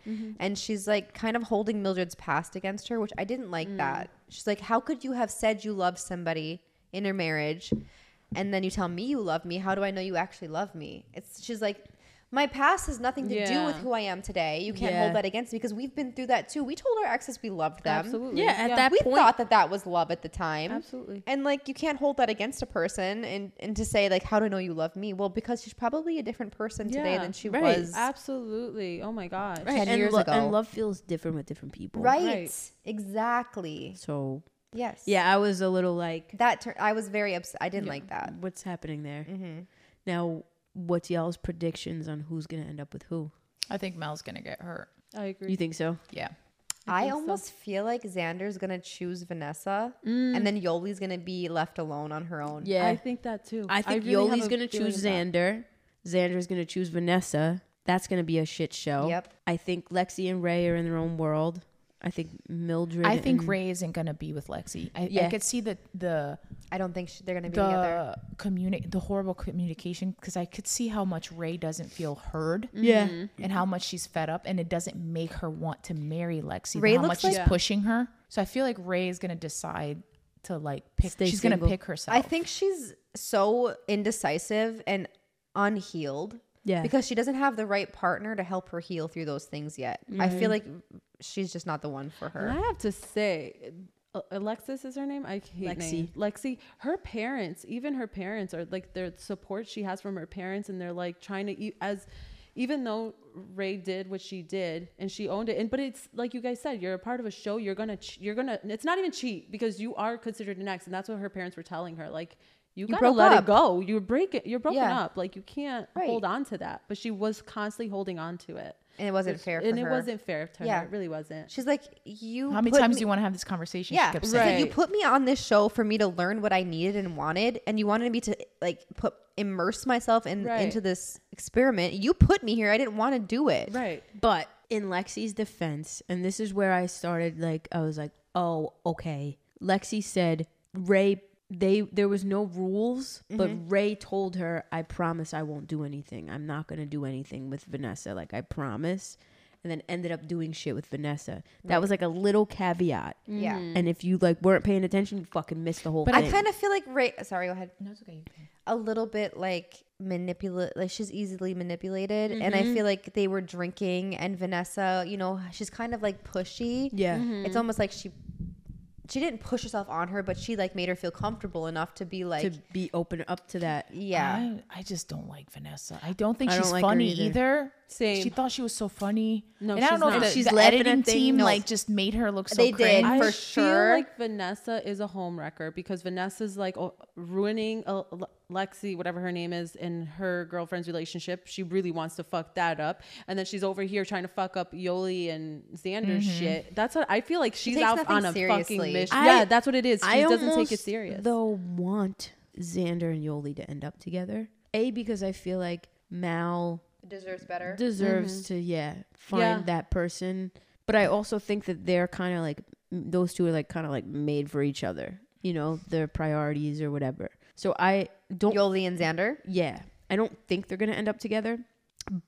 And she's like kind of holding Mildred's past against her, which I didn't like that. She's like, "How could you have said you love somebody in your marriage and then you tell me you love me? How do I know you actually love me?" It's she's like my past has nothing to do with Yeah. who I am today. You can't Yeah. hold that against me because we've been through that too. We told our exes we loved them absolutely Yeah, at that we point- thought that that was love at the time Absolutely. and like you can't hold that against a person and and to say like how do I know you love me well because she's probably a different person today Yeah, than she right. was absolutely oh my god 10 and years lo- ago And love feels different with different people. right. Right. exactly So yes yeah, I was a little like that tur- I was very upset I didn't like that what's happening there. Now, what's y'all's predictions on who's gonna end up with who? I think Mel's gonna get hurt. i agree You think so? Yeah. I, almost feel like Xander's gonna choose Vanessa and then Yoli's gonna be left alone on her own i think that too I think really have Yoli's a gonna feeling choose of that. Xander. Xander's gonna choose Vanessa. That's gonna be a shit show. Yep. I think Lexi and Ray are in their own world. I think Mildred. I think and- Ray isn't gonna be with Lexi. I, I Mm. Yeah. could see that the I don't think she, they're gonna be together the communi- the horrible communication because I could see how much Ray doesn't feel heard Yeah. and how much she's fed up and it doesn't make her want to marry Lexi. Ray Ray how much looks she's like- pushing her. So I feel like Ray is gonna decide to like pick. Stay she's single. gonna pick herself. I think she's so indecisive and unhealed. Yeah. Because she doesn't have the right partner to help her heal through those things yet. I feel like she's just not the one for And her. I have to say, A- Alexis is her name. I hate Lexi. Lexi. Her parents, even her parents, are like their support she has from her parents, and they're like trying to e- as, even though Ray did what she did and she owned it, and but it's like you guys said, you're a part of a show. You're gonna ch- you're gonna. It's not even cheat because you are considered an ex, and that's what her parents were telling her. Like. You, gotta broke let up. it go. You break it. You're broken Yeah. up. Like you can't Right. hold on to that. But she was constantly holding on to it, And it wasn't fair for and it her. wasn't fair to Yeah. her. It really wasn't. She's like, you. how many put times me- do you want to have this conversation? Yeah, She kept she's saying. like, you Right. put me on this show for me to learn what I needed and wanted, and you wanted me to like put immerse myself in Right. into this experiment. You put me here. I didn't want to do it. Right. But in Lexi's defense, and this is where I started, like, I was like, oh, okay. Lexi said Ray they there was no rules, but Ray told her, "I promise I won't do anything. I'm not going to do anything with Vanessa. Like I promise." And then ended up doing shit with Vanessa. That was like a little caveat. Yeah. And if you like weren't paying attention, you fucking missed the whole I thing. kind of feel like Ray. Sorry, go ahead. No, it's okay. You can. a little bit like manipulate like she's easily manipulated and i feel like they were drinking and vanessa you know she's kind of like pushy Yeah. it's almost like she she didn't push herself on her but she like made her feel comfortable enough to be like to be open up to that. yeah I, I just don't like Vanessa. I don't think I she's don't like her funny either. either. Same. She thought she was so funny. No, and I she's don't know not. if the, She's the laughing at editing team things. No. like just made her look so. They did. cringe. for I sure. feel like Vanessa is a homewrecker because Vanessa's like oh, ruining uh, L- Lexi, whatever her name is, in her girlfriend's relationship. She really wants to fuck that up, and then she's over here trying to fuck up Yoli and Xander's shit. That's what I feel like. She's Mm-hmm. takes out nothing on a seriously. fucking mission. I- yeah, that's what it is. She I doesn't take it almost, serious. Though want Xander and Yoli to end up together. A because I feel like Mal deserves better deserves to yeah find Mm-hmm. Yeah. that person, but I also think that they're kind of like m- those two are like kind of like made for each other. You know their priorities or whatever. So I don't. yoli and xander Yeah, I don't think they're gonna end up together,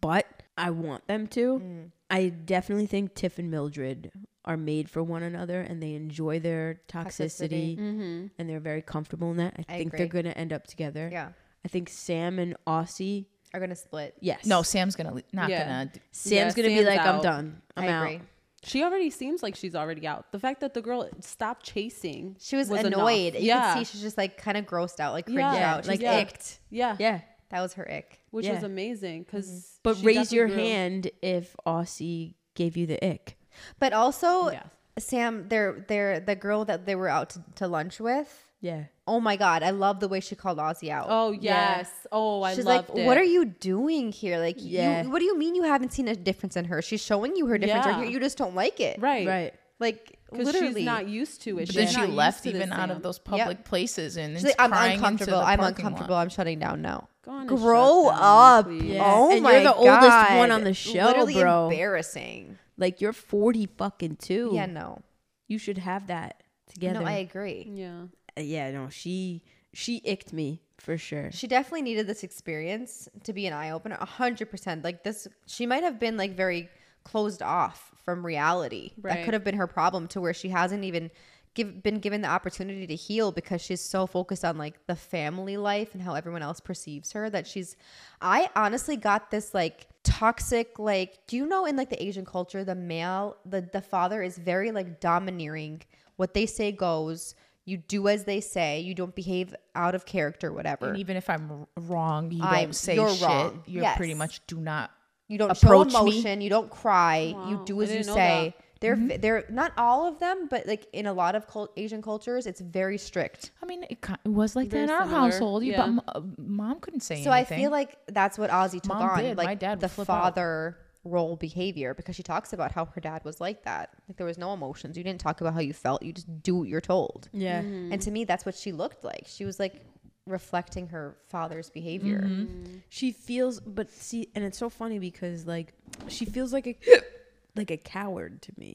but I want them to. Mm. I definitely think Tiff and Mildred are made for one another, and they enjoy their toxicity, Toxicity. and they're very comfortable in that. I, I think agree. they're gonna end up together. yeah I think Sam and Aussie. are gonna split Yes. No, Sam's gonna le- not Yeah. gonna. d- Sam's Yeah, gonna be Sam's like, I'm out. done. I'm i out. agree she already seems like she's already out. The fact that the girl stopped chasing, she was, enough. annoyed you yeah, could see she's just like kind of grossed out like cringed Yeah, out like like, yeah. icked yeah, Yeah. that was her ick which Yeah. was amazing because. Mm-hmm. But raise your hand if Aussie gave you the ick. but also Yes. sam they're they're the girl that they were out to, to lunch with Yeah. Oh my god, I love the way she called Ozzy out. Oh yes. Oh, I She's like, loved it. "What are you doing here? Like, Yeah. you, what do you mean you haven't seen a difference in her? She's showing you her difference right Yeah. here. You just don't like it, Right. Right. Like, Because literally, she's not used to it. But She's then not she used left to this, even out of Sam. those public places and She's it's like, I'm crying into uncomfortable. the I'm parking lot." uncomfortable. I'm shutting down now. Go on and shut Grow down, up. please. Yeah. Oh And my you're the oldest God. one on the show, Literally bro. embarrassing. Like you're 40 fucking two. Yeah, no, You should have that together. no, I agree. Yeah. Uh, yeah, no, she she icked me for sure. She definitely needed this experience to be an eye opener, hundred percent. Like this, she might have been like very closed off from reality. That Right. could have been her problem, to where she hasn't even give, been given the opportunity to heal because she's so focused on like the family life and how everyone else perceives her that she's. I honestly got this like toxic like do you know in like the asian culture the male the the father is very like domineering what they say goes you do as they say you don't behave out of character whatever And even if I'm r- wrong, you I'm- don't say you're shit. wrong. You're Yes. pretty much do not. You don't approach show me. Mm-hmm. emotion. You don't cry. You Wow, do I as you didn't know say. They're v they're not all of them, but like in a lot of cult, Asian cultures, it's very strict. I mean, it, ki- it was like Very that in our similar, household. You, yeah. but m- uh, mom couldn't say So I anything. feel like that's what Ozzy took Mom on, did. like My dad would the flip out. father role behavior, because she talks about how her dad was like that. Like there was no emotions. You didn't talk about how you felt. You just do what you're told. Yeah. Mm. Mm-hmm. And to me, that's what she looked like. She was like reflecting her father's behavior. Mm-hmm. She feels but see and it's so funny because like she feels like *coughs* a like a coward to me.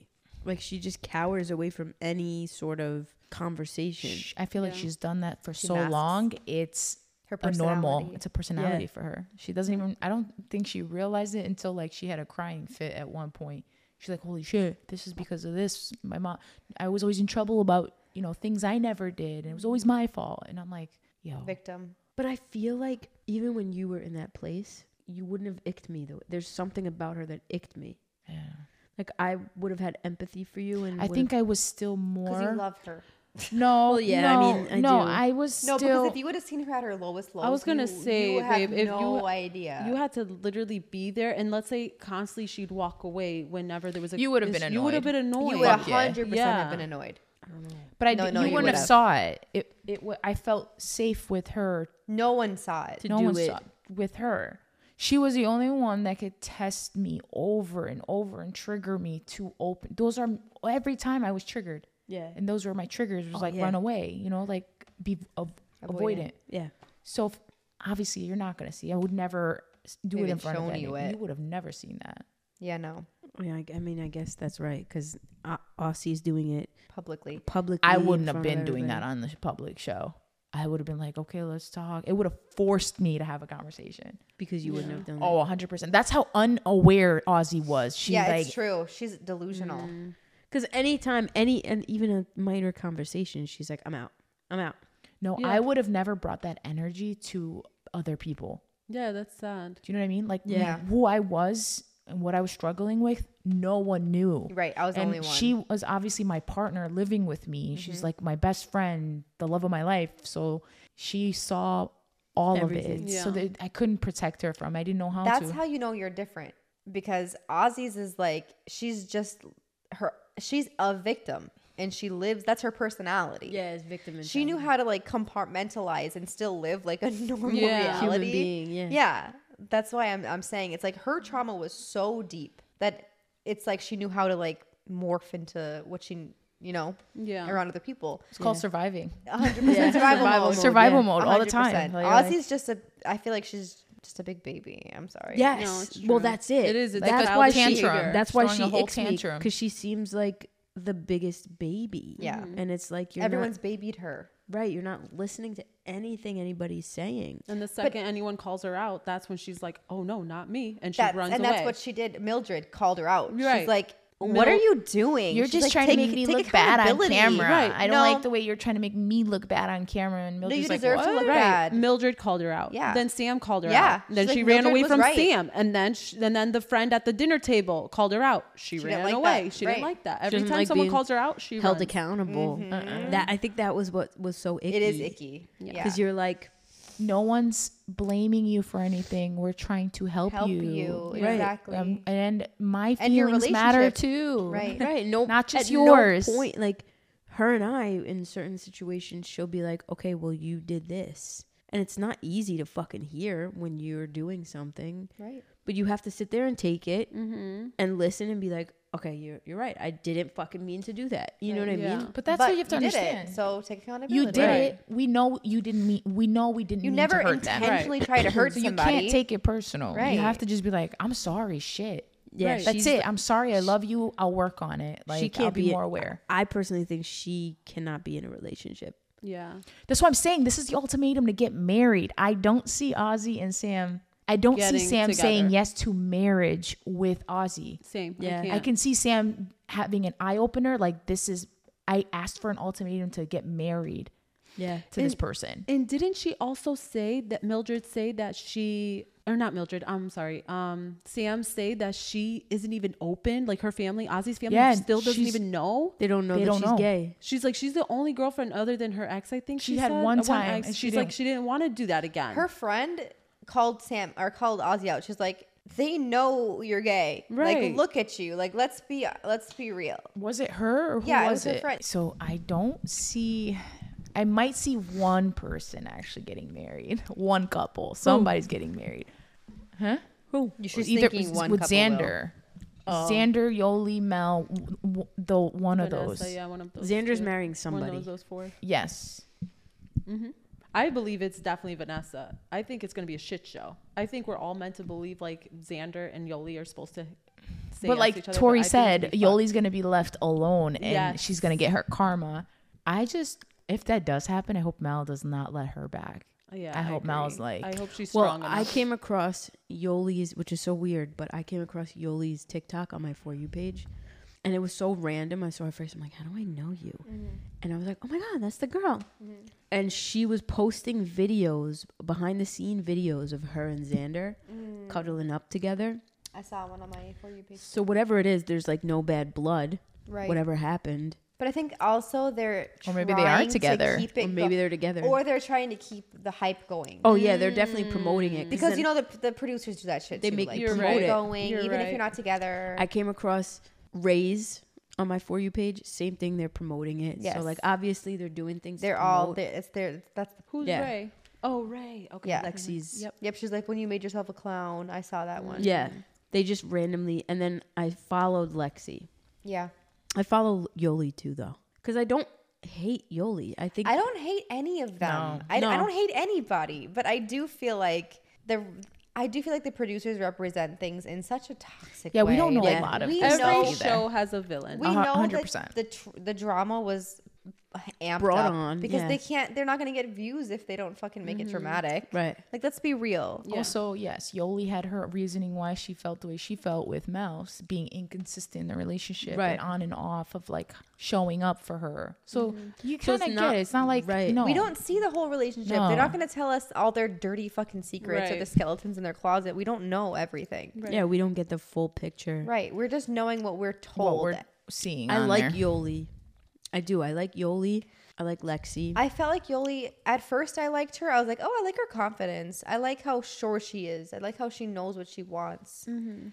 Like she just cowers away from any sort of conversation. Sh- I feel like she's done that for so masks. long. It's Her a normal. personality. It's a personality for her. She doesn't even. I don't think she realized it until like she had a crying fit at one point. She's like, "Holy shit! This is because of this. My mom. I was always in trouble about you know things I never did, and it was always my fault." And I'm like, "Yo, Victim. But I feel like even when you were in that place, you wouldn't have icked me though. There's something about her that icked me. yeah. Like I would have had empathy for you and I would think I was still Because you more love her. *laughs* no, Well, yeah, yeah. I No, mean, I no, do. I was still. No, because if you would have seen her at her lowest low, I was gonna say, you have babe, if you- no idea. You had to literally be there, and let's say constantly she'd walk away whenever there was a. You would've is- been You would have annoyed. been annoyed. You You would would hundred percent yeah. have Yeah. been annoyed. but I No, did- no, you you wouldn't would've. have saw it. It it wa- I felt safe with her. No one saw it. to no do one it. saw with her. She was the only one that could test me over and over and trigger me to open. Those are every time I was triggered, Yeah. and those were my triggers. Was like yeah. run away, you know, like be av- Avoidant. avoidant. Yeah. So if, obviously you're not gonna see. I would never s- do it Even in front of shown you you. it. You would have never seen that. Yeah, no, Yeah, I, I mean, I guess that's right because Aussie's doing it publicly. publicly. I in wouldn't have front of been doing that everybody. on the public show. I would have been like, okay, let's talk. It would have forced me to have a conversation. because you wouldn't have done Oh, 100%. That's how unaware Ozzy was. She yeah, like it's true. She's delusional. Because anytime, any, and even a minor conversation, she's like, I'm out. I'm out. No, Yeah. I would have never brought that energy to other people. Yeah, that's sad. Do you know what I mean? Like Yeah. who I was and what I was struggling with, no one knew. Right. I was the and only one. Mm-hmm. she was obviously my partner living with me. She's like my best friend, the love of my life. So she saw all Everything. of it. So Yeah. that I couldn't protect her from. I didn't know how That's to. how you know you're different because Ozzy's is like she's just her she's a victim and she lives that's her personality. Yeah, it's victim mentality. She knew how to like compartmentalize and still live like a *laughs* normal Yeah. reality. Human being, yeah. Yeah. That's why I'm I'm saying it's like her trauma was so deep that it's like she knew how to like morph into what she you know Yeah. around other people. it's called surviving. 100% survival, mode. Survival yeah. mode all the time. 100%. Like- uh, like- Ozzy's just a I feel like she's just a big baby. I'm sorry. No, Yes. it's well, true. that's it. It is, it's that's like a why she. tantrum. That's why Throwing she a whole icks me tantrum. because she seems like the biggest baby. Yeah. Mhm. And it's like you're Everyone's not babied her. right. You're not listening to anything anybody's saying. And the second anyone calls her out, that's when she's like, "Oh no, not me!" and she That's, runs and away. that's what she did. Mildred called her out. Right. She's like, "What Mil- are you doing? You're She's just like, trying to "Take- make me take look bad on accountability." camera. Right. I don't No. like the way you're trying to make me look bad on camera. And Mildred's you like, deserve to "What?" look Right. bad. Mildred called her out. Yeah. Then Sam called her Yeah. out. Then She's she like, ran "Mildred away was from right." Sam. And then sh and then the friend at the dinner table called her out. She, didn't ran like away. that. She Right. didn't like that. She Every didn't time like someone being calls her out, she Held runs. accountable. Mm-hmm. That I think that was what was so icky. It is icky. Yeah. because you're like No one's blaming you for anything. We're trying to help, help you. Right. Exactly. Um, and my And your feelings matter relationship. too. right. *laughs* right no Not just at no yours. point like her and i in certain situations she'll be like okay well you did this and it's not easy to fucking hear when you're doing something Right. but you have to sit there and take it Mm-hmm. and listen and be like okay you're, you're right i didn't fucking mean to do that you know what i Yeah. mean But that's but what you have to did it, understand. so take accountability. you did Right. it. We know you didn't mean. We know we didn't. You mean never to hurt them. intentionally try to hurt *laughs* So you somebody. can't take it personal. Right. You have to just be like, I'm sorry, shit. yeah Right. That's she's- it. I'm sorry. I love you. I'll work on it. Like she can't I'll be, be more aware. i personally think she cannot be in a relationship Yeah. That's what I'm saying. This is the ultimatum to get married. I don't see Ozzy and Sam. I don't see Getting Sam together. saying yes to marriage with Ozzy. Same. Yeah. I, I can't. can see Sam having an eye opener. Like this is. I asked for an ultimatum to get married yeah to this person. And didn't she also say that Mildred say that she or not Mildred, I'm sorry. Um Sam say that she isn't even open, like her family, Ozzy's family Yeah, still doesn't she's- even know. they don't know They that don't she's know. gay She's like she's the only girlfriend other than her ex, I think She she, had said, one uh, time ex. and she she's like didn't- she didn't want to do that again. her friend called Sam or called Ozzy out. She's like, "They know you're gay. Right. Like, look at you. Like, let's be let's be real. Was it her or who Yeah, it was was her it? friend. So I don't see. I might see one person actually getting married. *laughs* One couple. Somebody's getting married. Huh? who You Well, with Xander. Xander, Yoli, Mel, w- w- the one of Vanessa, those. yeah, one of those. xander's two. marrying One somebody of those four. Yes. I believe it's definitely Vanessa. I think it's going to be a shit show. I think we're all meant to believe like Xander and Yoli are supposed to say yes but to like each other, Tori I think it's gonna said, be fucked. Yoli's gonna be left alone, and Yes. she's gonna get her karma. I just, if that does happen, I hope Mel does not let her back. Oh, Yeah, I hope Mal's agree. like- I hope she's Well, strong. I came across Yoli's, which is so weird, but I came across Yoli's TikTok on my For You page. And it was so random. I saw her face. I'm like, how do I know you? Mm-hmm. And I was like, oh my God, that's the girl. And she was posting videos, behind the scene videos of her and Xander Mm. cuddling up together. I saw one on my for you page. So, whatever it is, there's like no bad blood, Right. whatever happened. But I think also they're Or maybe they are trying to together. keep Or it maybe go- they're together. or they're trying to keep the hype going. oh, yeah, they're definitely promoting it. because then you know the, the producers do that shit. They too, make like, you keep it promote it. going, You're even if right. you're not together. I came across Rays on my For You page. Same thing. They're promoting it. So Yes. like obviously they're doing things. to they're all promote they're, it's their that's the, who's yeah. Ray? Oh, Ray. Okay. Yeah. Lexi's. Yep. yep. She's like when you made yourself a clown. I saw that one. Yeah. They just randomly and then I followed Lexi. yeah. I follow Yoli too though because I don't hate Yoli. I think I don't hate any of them. No. I, I No. don't hate anybody, but I do feel like the I do feel like the producers represent things in such a toxic Yeah, way. we don't know Like, a lot of we this know Every stuff either. show has a villain. we A hu- know that 100%. the tr- the drama was amped Brought up on, because yeah. they can't. They're not gonna get views if they don't fucking make Mm-hmm. it dramatic. Right. Like let's be real. Yeah. Also, yes, Yoli had her reasoning why she felt the way she felt with Mouse being inconsistent in the relationship Right. and on and off of like showing up for her. So you So kind it's of not- get it. It's not like right. no, We don't see the whole relationship. They're No. not going to tell us all their dirty fucking secrets or Right. the skeletons in their closet. We don't know everything. Right. Yeah, we don't get the full picture. We're just knowing what we're told. what we're seeing. I on like there. Yoli. I do. I like Yoli. I like Lexi. I felt like Yoli at first I liked her. I was like, "Oh, I like her confidence. I like how sure she is. I like how she knows what she wants." And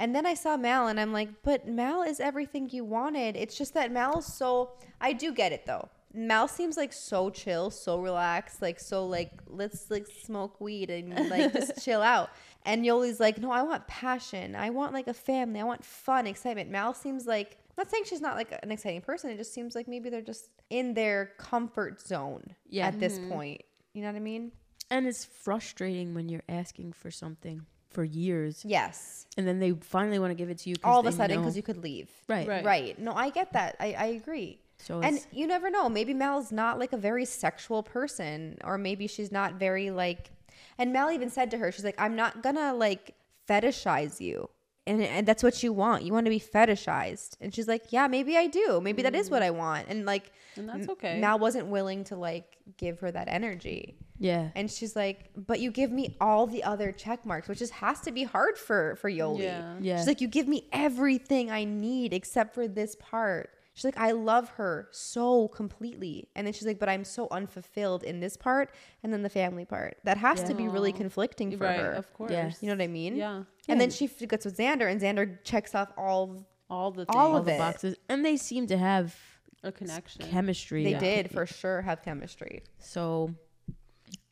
then I saw Mal and I'm like, "But Mal is everything you wanted. It's just that Mal's so I do get it though. Mal seems like so chill, so relaxed, like so like let's like smoke weed and like *laughs* just chill out. And Yoli's like, "No, I want passion. I want like a family. I want fun, excitement." Mal seems like I'm not saying she's not like an exciting person. It just seems like maybe they're just in their comfort zone Yeah. Mm-hmm. at this point. You know what I mean? and it's frustrating when you're asking for something for years Yes. and then they finally want to give it to you 'cause All of a they sudden, know- because you could leave. right. Right. Right. No, I get that. I, I agree. So and it's- you never know. Maybe Mal's not like a very sexual person, or maybe she's not very like. And Mal even said to her, she's like, I'm not gonna like fetishize you. And, and that's what you want. You want to be fetishized. And she's like, Yeah, maybe I do. Maybe that is what I want. And like, And Mm. that's M- okay. Mal wasn't willing to like give her that energy. Yeah. And she's like, "But you give me all the other check marks, which just has to be hard for for Yoli." Yeah. Yeah. She's like, "You give me everything I need except for this part." She's like, "I love her so completely." And then she's like, "But I'm so unfulfilled in this part and then the family part." That has to be really conflicting for right, her. of course. Yes. You know what I mean? Yeah. And then she f- gets with Xander, and Xander checks off all All the things. All All of the it. boxes. And they seem to have a connection. chemistry. they Yeah. did for sure have chemistry. So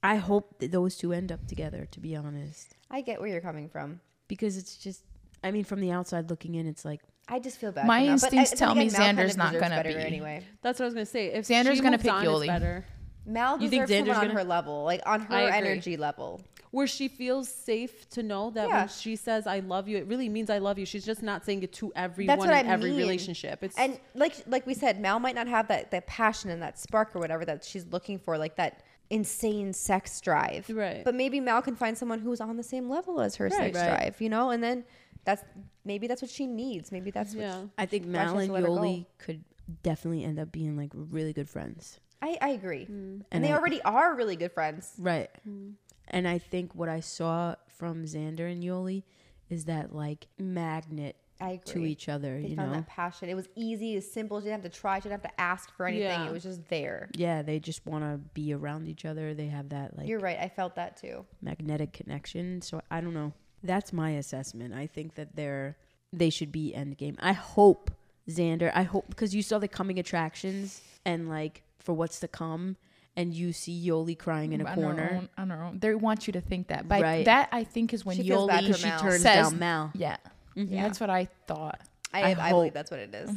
I hope that those two end up together, to be honest. I get where you're coming from. Because it's just, I mean, from the outside looking in, it's like, I just feel bad. My for Mal, but instincts I- then tell me again, Mal Xander's not deserves gonna better be- anyway. That's what I was gonna say. If Xander's she gonna moves pick on, it's Yoli. better. Mal You deserves think Xander's someone on gonna- her level, like on her I agree. energy level. Where she feels safe to know that Yeah. when she says "I love you," it really means "I love you." She's just not saying it to everyone That's what I in every mean. relationship. It's And like like we said, Mal might not have that that passion and that spark or whatever that she's looking for, like that insane sex drive. Right. But maybe Mal can find someone who's on the same level as her sex Right. drive, you know? And then that's maybe that's what she needs. Maybe that's what yeah. I think Why she Mal has and to let her Yoli could definitely end up being like really good friends. I, I Hmm. agree. And, And they I- already are really good friends. Right. Mm-hmm. And I think what I saw from Xander and Yoli is that like magnet I to agree. each other, They you found know? that passion. It was easy, it's simple. She didn't have to try, she didn't have to ask for anything. Yeah. It was just there. Yeah, they just want to be around each other. They have that like You're right. I felt that too. magnetic connection. So I don't know. That's my assessment. I think that they're they should be endgame. I hope Xander. I hope because you saw the coming attractions and like for what's to come, and you see Yoli crying in a on her corner. own- on her own. They want you to think that. But Right. that I think is when She feels bad Yoli for she Mal. turns Turns says, down Mal Yeah. Mhm. That's what I thought. I, I I, believe hope. Mm-hmm. that's what it is.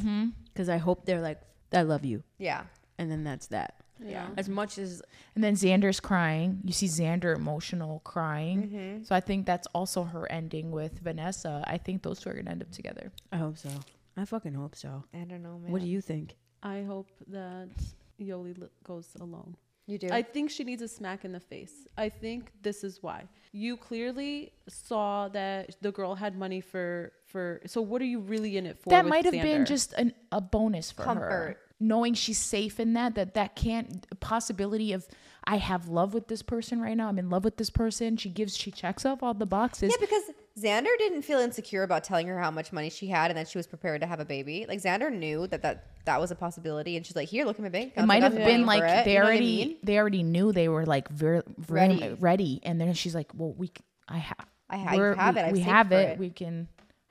because I hope they're like I love you, Yeah. and then that's that. Yeah. As much as And then Xander's crying. You see Xander emotional crying. So I think that's also her ending with Vanessa. I think those two are gonna end up together. I hope so. I fucking hope so. I don't know, man. What do you think? I hope that Yoli li- goes alone. You do. I think she needs a smack in the face. I think this is why. You clearly saw that the girl had money for for so what are you really in it for? that with might have been Xander? just an, a bonus for her. Comfort. Knowing she's safe in that, that that can't possibility of I have love with this person right now. I'm in love with this person. She gives, she checks off all the boxes. yeah, because Xander didn't feel insecure about telling her how much money she had and that she was prepared to have a baby. Like Xander knew that that, that was a possibility, and she's like, "Here, look at my bank." it account. might Like, have I'm been ready like for it." they You know what I already mean? they already knew they were like very, very Ready. ready. and then she's like, "Well, we c- I, ha- I ha- I we're- have we, it. I've we saved have for it. it. We can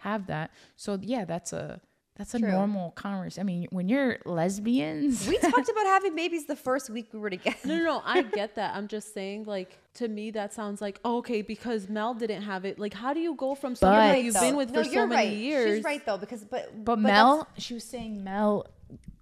have that." So yeah, that's a that's a True. normal conversation. I mean, when you're lesbians, we talked about having babies the first week we were together. No, no, no. I get that. I'm just saying, like, to me, that sounds like oh, okay because Mel didn't have it. Like, how do you go from *laughs* someone But- that you've been with No, for so you're many right. years? She's right though, because but *laughs* but, that's- Mel, she was saying Mel.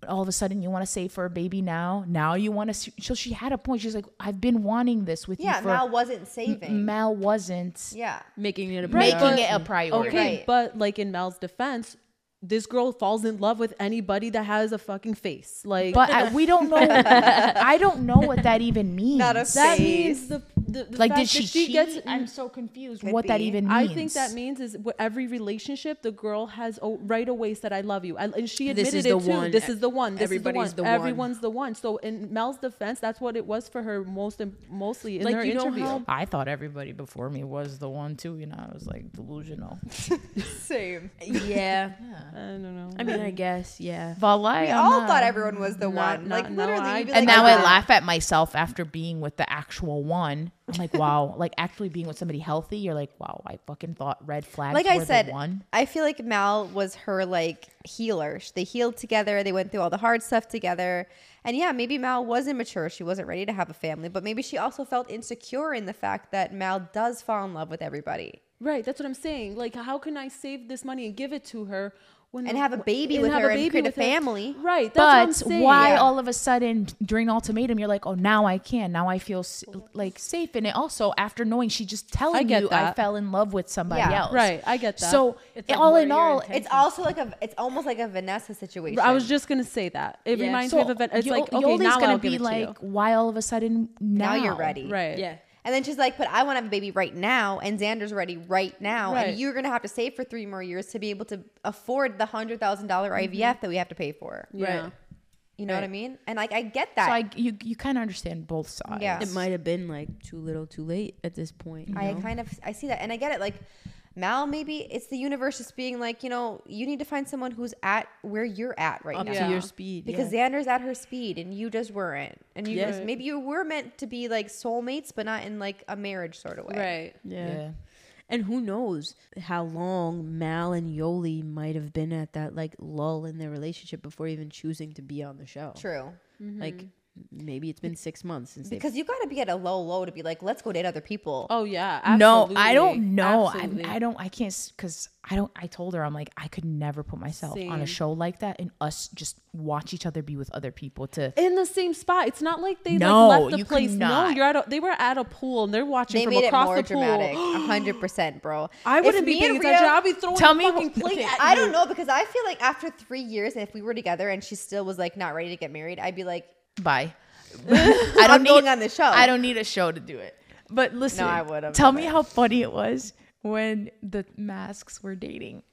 All of a sudden, you want to save for a baby now. Now you want to. So she had a point. She's like, "I've been wanting this with yeah, you." for Mal wasn't saving. Mel wasn't yeah, Making it a making priority. it a priority. Okay, right. but like in Mel's defense, this girl falls in love with anybody that has a fucking face. Like, But I, we don't know. I don't know what that even means. Not a that face. means the, the, the like, fact did she, that she cheat? gets. I'm so confused. Could What that be. even I means? think that means is wh- every relationship the girl has o- right away said I love you, I, and she This admitted is it the too. one. This is the one. This Everybody's is the the one. one. Everyone's the one. So in Mel's defense, that's what it was for her most and mostly in Like, her you know interview. how- I thought everybody before me was the one too. You know, I was like delusional. Same. yeah. I don't know. I mean, I guess, yeah. But like, We I'm all not- thought everyone was the Not- one. not- like no, literally, I- you'd be and like, now I "Oh, laugh at myself after being with the actual one. I'm like, *laughs* wow, like actually being with somebody healthy, you're like, wow, I fucking thought red flags. Like I were said, the one. I feel like Mal was her like healer. Sh- They healed together. They went through all the hard stuff together. And yeah, maybe Mal was immature. She wasn't ready to have a family, but maybe she also felt insecure in the fact that Mal does fall in love with everybody. Right, that's what I'm saying. Like, how can I save this money and give it to her when And have a baby and with have her and create a with her? family. Right, that's But what I'm saying. why Yeah. all of a sudden during the ultimatum you're like, oh, now I can, now I feel s- like safe in it. Also, after knowing she just telling I get you I that. fell in love with somebody Yeah. else, Right, I get that. So It's like, all what in are your all, intentions? It's also like a. It's almost like a Vanessa situation. I was just gonna say that it Yeah. reminds so me of a event. It's Yo- like okay, Yoli's now gonna I'll be give it like, to why all of a sudden now, now you're ready, you. Right, Yeah. And then she's like, "But I want to have a baby right now, and Xander's ready right now, Right. and you're gonna have to save for three more years to be able to afford the hundred thousand dollar IVF that we have to pay for." Mm-hmm. yeah. Right. You know what I Right. mean? And like, I get So that. I, you you kind of understand both sides. Yeah. It might have been like too little, too late at this point. you I know? kind of I see that, and I get it. Like Mal, maybe it's the universe just being like, you know, you need to find someone who's at where you're at right up now, Yeah. to your speed. because yeah. Xander's at her speed, and you just weren't, and you Yeah. just, maybe you were meant to be like soulmates, but not in like a marriage sort of way. right. yeah. Yeah. And who knows how long Mal and Yoli might have been at that like lull in their relationship before even choosing to be on the show. True. Mm-hmm. Like maybe it's been six months since they Because you got to be at a low low to be like, let's go date other people. Oh yeah, No, I don't absolutely, know. I'm, absolutely. I don't. I can't because I don't. I told her I'm like I could never put myself on Same. a show like that and us just watch each other be with other people to. in the same spot. It's not like they No, like left the you place. No, cannot. you're at a, they were at a pool and they're watching They from made it across more the pool. *gasps* dramatic, hundred percent, bro. I If wouldn't me be paying and attention. Rhea- I'll be throwing Tell the me fucking wh- plate *laughs* *laughs* okay, at I you. don't know because I feel like after three years, and if we were together and she's still was like not ready to get married, I'd be *laughs* like, *laughs* Bye. I I'm don't going need. on the show. I don't need a show to do it. But listen, I would've Tell done me it. how funny it was when the masks were dating.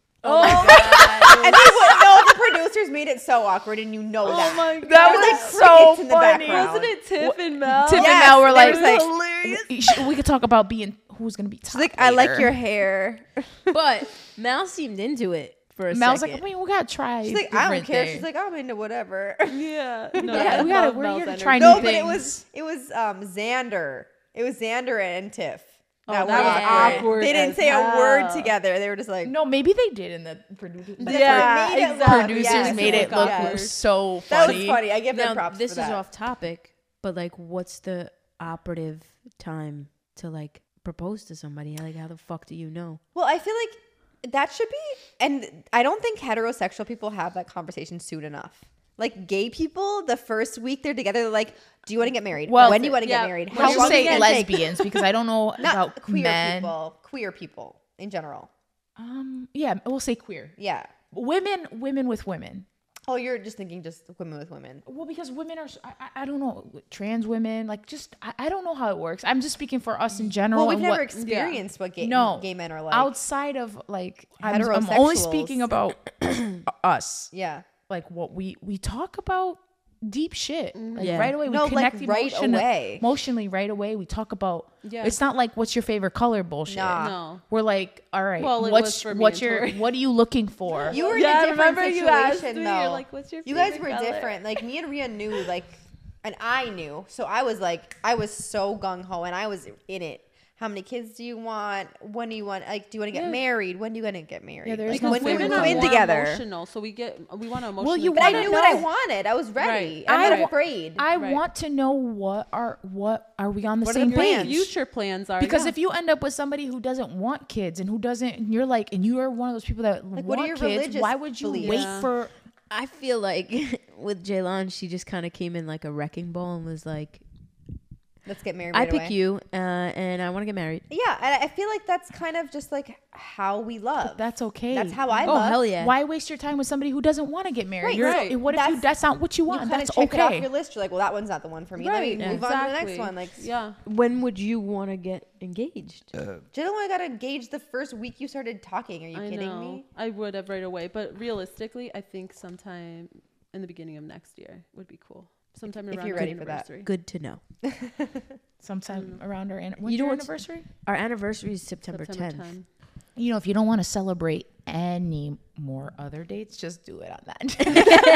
And they would know the producers made it so awkward, and you know that. Oh god, That There's, was like, crickets so in the funny. background. Wasn't it Tiff and Mel? Tiff Yes, and Mel were they like, were like- hilarious. we could talk about being who's gonna be top. She's like, I like later." your hair. But Mal seemed into it for a Mel's like, second. I mean, we gotta try. She's like, I don't different care. things." She's like, I'm into whatever. *laughs* Yeah, no, Yeah, I we gotta- love we're Mel's here to energy. try new No, but it things. was it was um Xander. It was Xander and Tiff. Oh, that that were was awkward. awkward They didn't as say a word hell. together. They were just like, No, maybe they did in the producer. But the that's Yeah, what it made it look. exactly. producers Yes, made it was look awkward. so That funny. was funny. I give them now, props. this for is that. off topic, but like, what's the operative time to like propose to somebody? Like, how the fuck do you know? Well, I feel like that should be, and I don't think heterosexual people have that conversation soon enough. Like gay people, the first week they're together, they're like, "Do you want to get married? Well, when do you want to yeah. get married? When How Let's you long just is it say gonna take?" lesbians because I don't know *laughs* Not about queer men. people, queer people in general. Um, yeah, we'll say queer. Yeah. Women, women with women. Oh, you're just thinking just women with women. Well, because women are, s- I, I- I don't know, trans women, like just, I, I don't know how it works. I'm just speaking for us in general. Well, we've and never what- experienced what gay no gay men are like. outside of like I'm, I'm only Heterosexuals. speaking about *coughs* us. yeah. like what we we talk about deep shit like Yeah. right away we Mm-hmm. No, like, connect right emotion- away. emotionally right away we talk about Yeah. it's not like what's your favorite color bullshit Nah. No. we're like all right Well, it was what's for me what's and your Tori. what are you looking for You were Yeah, I in a different remember *laughs* you situation, asked me, though. you're like, "What's your you guys were favorite color?" different. Like me and Ria knew, like, and I knew. So I was like, I was so gung ho, and I was in it. How many kids do you want? When do you want? Like, do you want to get married? When do you want to get married? Yeah, there's like, no when do favorite we women move are color. in more together? emotional, so we get we want to emotionally. Well, you But I I knew don't what I know. wanted. I was ready. Right. I'm not Right. afraid. i Right. want to know what are what are we on the What are same the plans? page future plans are because yeah. if you end up with somebody who doesn't want kids and who doesn't and you're like and you are one of those people that what want are your kids religious why would you beliefs? wait Yeah. for I *laughs* feel like with Jaylon, she just kind of came in like a wrecking ball and was like, Let's get married. I Right pick away. you, uh, and I want to get married. Yeah, and I feel like that's kind of just like how we love. That's okay. That's how I oh love. hell yeah! Why waste your time with somebody who doesn't want to get married? Right, You're, right. What if you, That's- that's not what you You want? kind that's of check it off okay. your list. You're like, well, that one's not the one for me. Let me yeah. move on to the next Exactly. one. Like, yeah. When would you want to get engaged? Jill only got engaged the first week you started talking. Are you I kidding know. me? I would have right away, but realistically, I think sometime in the beginning of next year would be cool. Sometime If around you're our ready for that. anniversary. Good to know. Sometime Mm. around our an- You when's know your what's- anniversary. Our anniversary is September, September 10th. *laughs* 10th. You know, if you don't want to celebrate any more other dates, just do it on that. *laughs* That's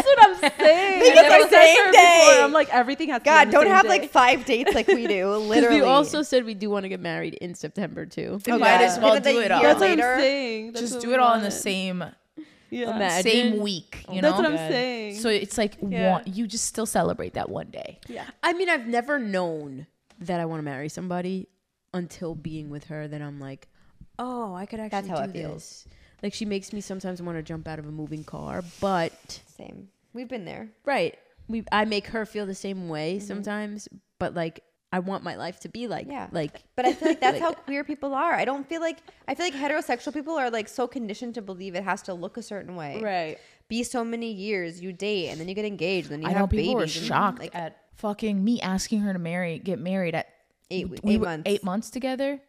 what I'm saying. Make I it never the said same her before. day. I'm like everything has. God, to be don't on the same have day. like five dates like we *laughs* do. Because Literally. we also said we do want to get married in September too. We might as well do it all. Year That's what I'm later. saying. That's just what do we it all in the want. same Yeah. Imagine. same week. You know. That's what I'm saying. So it's like Yeah. one, you just still celebrate that one day. yeah. I mean, I've never known that I want to marry somebody until being with her. That I'm like, oh, I could actually how do it feels. this. Like she makes me sometimes want to jump out of a moving car, but Same. We've been there. right, we I make her feel the same way sometimes. But like, I want my life to be like, Yeah. like But I feel like that's Like- how queer people are. I don't feel like I feel like heterosexual people are like so conditioned to believe it has to look a certain way. Right. Be so many years, you date and then you get engaged, and then you I know have people were babies. and, shocked Like at fucking me asking her to marry, get married at eight, we- we eight were months. eight months together,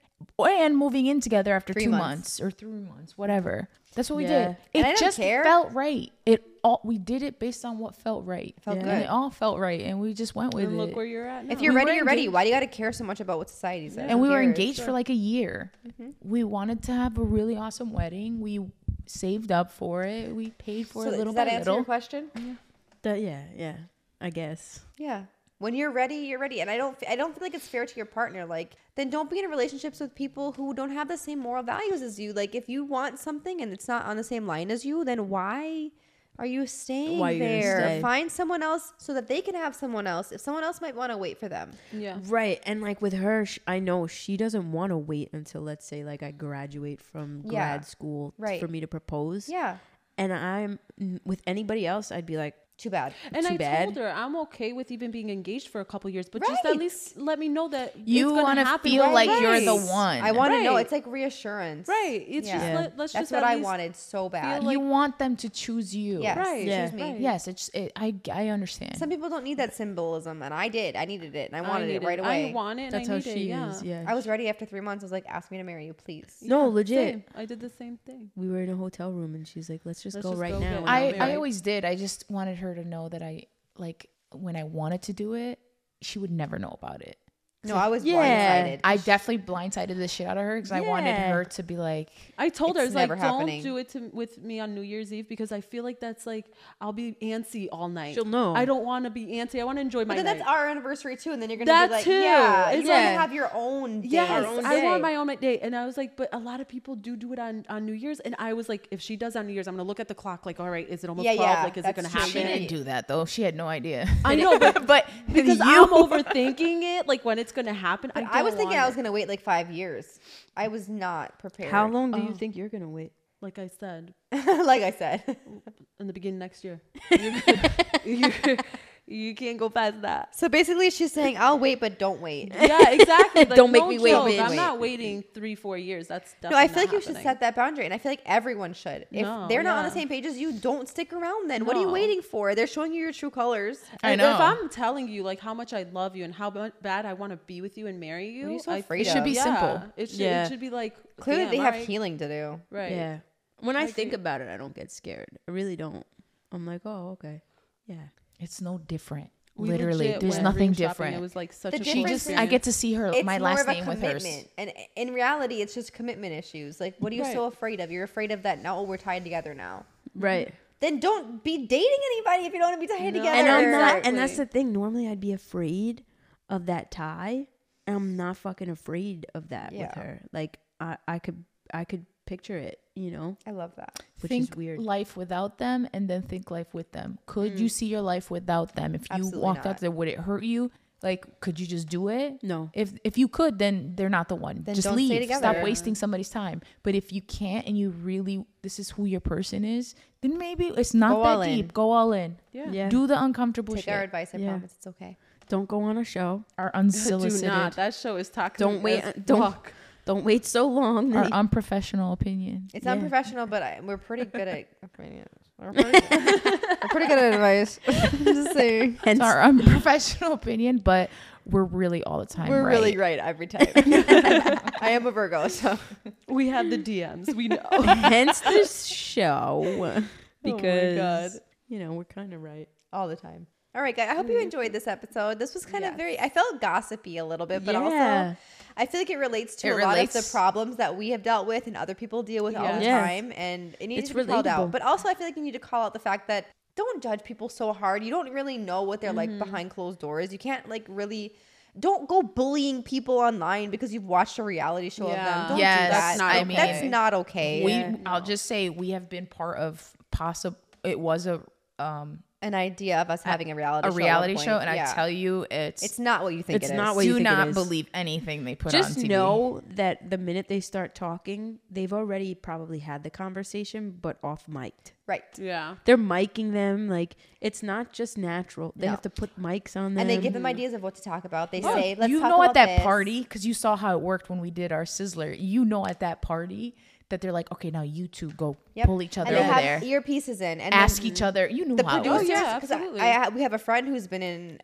and moving in together after Three two months. months. or three months, whatever. That's what we Yeah. did. It And I don't just care. felt right. It all we did it based on what felt right. Felt and good. it all felt right, and we just went with And it. look where you're at. Now. If you're We ready, were you're ready. engaged. Why do you got to care so much about what society says? and we Who were cares? Mm-hmm. engaged for like a year. We wanted to have a really awesome wedding. We saved up for it. We paid for So it little does that by answer your little. question? that. Yeah, yeah. I guess. Yeah. When you're ready, you're ready, and I don't. I don't feel like it's fair to your partner. Like, then don't be in relationships with people who don't have the same moral values as you. Like, if you want something and it's not on the same line as you, then why are you staying Why are you gonna there? stay? Find someone else so that they can have someone else. If someone else might want to wait for them, yeah. Right. And like with her, sh- I know she doesn't want to wait until, let's say, like I graduate from Yeah. grad school Right. for me to propose. yeah, And I'm n- with anybody else, I'd be like, too bad. And Too I bad. told her I'm okay with even being engaged for a couple years, but just at Right. least let me know that it's You gonna want to happen feel right like away. you're the Right. one. I want to know. Right. It's like reassurance, Right. It's just Yeah. let, let's That's just what at I least- wanted so bad. like- you want them to choose you. yes, Right. choose Yeah. me. Right. Yes, it's it, I I understand. Some people don't need that symbolism, and I did. I needed it, and I I wanted need it right away. I want it. and that's I how need she it. Yeah. is. Yeah. I was ready after three months. I was like, ask me to marry you, please. no, legit. Same. I did the same thing. We were in a hotel room and she's like, let's just Let's go just right go now. get and it. I'll I, be I like- always did. I just wanted her to know that I like when I wanted to do it, she would never know about it. No, I was Yeah. blindsided. I definitely blindsided the shit out of her because I wanted Yeah. her to be like, I told her, I It's was like, never happening. don't do it to, with me on New Year's Eve because I feel like that's like, I'll be antsy all night. She'll know. I don't want to be antsy. I want to enjoy my But then night. that's our anniversary too, and then you're gonna That be like, too. yeah, you It's want to like- have your own day. Yes, own I day. want my own day. And I was like, but a lot of people do do it on, on New Year's. And I was like, if she does on New Year's, I'm going to look at the clock like, all right, is it almost Yeah, 12? yeah, like, is it that's going to true. happen? she didn't do that though. She had no idea. *laughs* I know, but, *laughs* but because you, I'm overthinking it, like when it's going to happen. But don't I was thinking want I it. was gonna wait like five years. I was not prepared. How long Uh-huh. do you think you're going to wait? like I said, *laughs* like I said. in the beginning next *laughs* year. you, you can't go past that. So basically, she's *laughs* saying, "I'll wait, but don't wait." Yeah, exactly. Like, Don't make no me wait, joke. wait, I'm wait. not waiting three, four years. That's No, I definitely feel like not you should happening. set that boundary, and I feel like everyone should. If No, they're not on the yeah. same page as you, don't stick around. Then what are you No. waiting for? They're showing you your true colors. I Like, know. If I'm telling you like how much I love you and how ba- bad I want to be with you and marry you, are you so I afraid feel- It should be simple. It should, Yeah. it should be like Clearly, damn, they have all right, healing to do. Right. Yeah. When I, I think agree. about it, I don't get scared. I really don't. I'm like, oh, okay. Yeah. it's no different. We Literally, legit there's went nothing room shopping. different. It was like such The a she difference just is- I get to see her It's my more last of a name with hers. commitment. And eh, in reality, it's just commitment issues. Like, what are you so Right. afraid of? You're afraid of that now. Oh, we're tied together now. Mm-hmm. Right. Then don't be dating anybody if you don't want to be tied No. together. and I'm not, Exactly. and that's the thing. Normally, I'd be afraid of that tie. and I'm not fucking afraid of that with Yeah. her. Like I, I could, I could picture it. You know, I love that. which think is weird. life without them and then think life with them. Could Mm. you see your life without them? If Absolutely you walked not. out there, would it hurt you? Like, could you just do it? No. If if you could, then they're not the one. Then just don't stay leave. together. Stop wasting somebody's time. But if you can't and you really this is who your person is, then maybe it's not Go all that in. deep. Go all in. Yeah. Yeah. Do the uncomfortable Take shit. our advice. I Yeah. promise it's okay. Don't go on a show. Our *laughs* Do unsolicited, not. That show is toxic. Don't wait- as don't- fuck. Don't wait so long. *laughs* our unprofessional opinion. It's Yeah. unprofessional, but I, we're pretty good at. *laughs* We're pretty good, we're pretty good at advice. *laughs* Just saying. Hence, It's *laughs* our unprofessional *laughs* opinion, but we're really all the time. We're right. really right every time. I am a Virgo, so We have the DMs. We know. *laughs* *laughs* hence this show because Oh God. you know we're kind of right. all the time. All right, guys. I hope you enjoyed this episode. This was kind of very. I felt gossipy a little bit, but Yeah. also I feel like it relates to It a lot of the relates. problems that we have dealt with and other people deal with all the Yeah. time, and it needs It's to be called out. relatable. But also, I feel like you need to call out the fact that don't judge people so hard. You don't really know what they're Mm-hmm. like behind closed doors. You can't like really. Don't go bullying people online because you've watched a reality show of them. Yeah. Don't Yes, do that. That's not I okay. That's mean- not okay. We. Yeah. I'll just say we have been part of possible. It was a um An idea of us having a reality a show at one reality point. show, and Yeah. I tell you, it's it's not what you think. It's it is. not what you do think it not is. believe anything they put Just on TV. know that the minute they start talking, they've already probably had the conversation, but off mic'd. right. yeah. They're micing them like it's not just natural. They have to put mics on them. and they give them ideas of what to talk about. They say, "Let's Mm. you talk know at about that this." party because you saw how it worked when we did our sizzler you know at that party that they're like okay now you two go Yep. pull each other and they over have there earpieces in and ask then each other you know The how it producers, works. yeah, 'cause I- absolutely. I, ha- we have a friend who's been in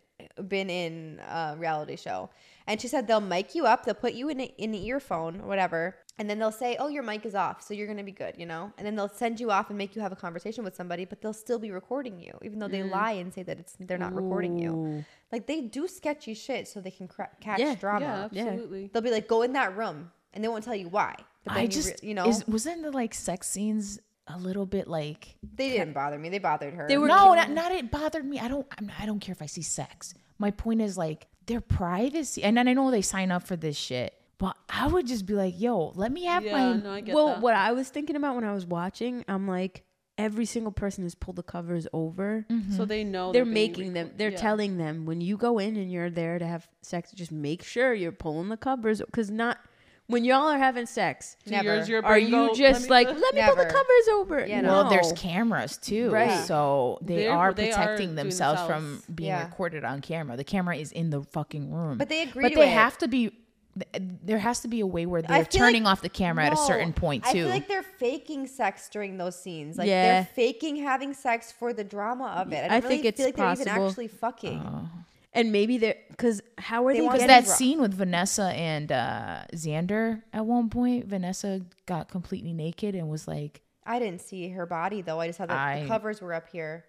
been in a reality show, and she said they'll mic you up, they'll put you in a, in an earphone or whatever, and then they'll say, "Oh, your mic is off, so you're gonna be good," you know, and then they'll send you off and make you have a conversation with somebody, but they'll still be recording you, even though they lie and say that it's they're not recording you. Like they do sketchy shit so they can cra- catch Yeah. drama. Yeah, Yeah. absolutely. They'll be like, "Go in that room," and they won't tell you why. But then i you just re- you know is, wasn't the like sex scenes a little bit like They didn't bother me. They bothered her. They were- no not, not it bothered me i don't I'm, i don't care if i see sex my point is like their privacy and then i know they sign up for this shit but i would just be like yo let me have Yeah, my no, I get well, that. what I was thinking about when I was watching, I'm like, every single person has pulled the covers over. So they know They're being making them. recorded. They're Yeah. telling them when you go in and you're there to have sex, just make sure you're pulling the covers because not when y'all are having sex, Do yours, Never. your are brain go, you "Let just me- like *laughs* let me pull the Never. covers over? Yeah, no. Well, there's No. cameras too, Right. so they They're- are they are protecting doing themselves, themselves. from being Yeah. recorded on camera. The camera is in the fucking room. But they agree But to they it. have to be. th- There has to be a way where I they're feel like- turning off the camera at a No, certain point I too. feel like they're faking sex during those scenes. Like Yeah. they're faking having sex for the drama of it. I, don't I really think it's feel like they're even possible. actually fucking. and maybe they're because how are They they? want Getting, Because getting that dra- scene with Vanessa and uh, Xander at one point, Vanessa got completely naked and was like, I didn't see her body though. I just saw that I- the covers were up here.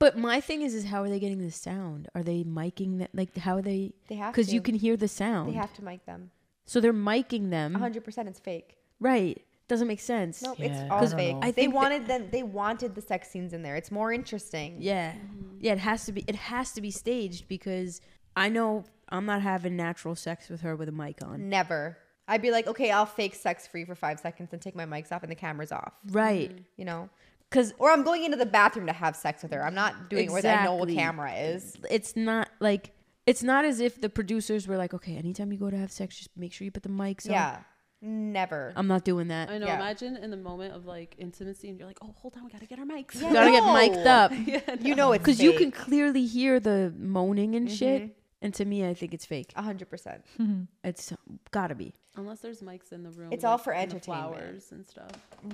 but my thing is, is how are they getting the sound? Are they miking that? Like how are they? They have because you to. can hear the They sound. have to mic them. so they're miking them. 100 percent it's fake. Right? Doesn't make sense. Nope, Yeah, it's I all don't fake. know. I they think that- wanted them they wanted the sex scenes in there. It's more interesting. Yeah. Mm-hmm. Yeah, it has to be it has to be staged because I know I'm not having natural sex with her with a mic on. Never. I'd be like, okay, I'll fake sex free for five seconds and take my mics off and the cameras off. Right. You know? Cuz Or I'm going into the bathroom to have sex with her. I'm not doing it where I know what Exactly. camera is. it's not like it's not as if the producers were like, "Okay, anytime you go to have sex, just make sure you put the mics on." Yeah. *laughs* Never. I'm not doing that. I know. Yeah. Imagine in the moment of like intimacy, and you're like, "Oh, hold on, we gotta get our mics." Yeah. You got to get No. mic'd up you know it's cuz you can clearly hear the moaning and Mm-hmm. shit. And to me, I think it's fake. hundred percent. It's got to be. *laughs* Unless there's mics in the room. It's all like, for and the entertainment. flowers and stuff.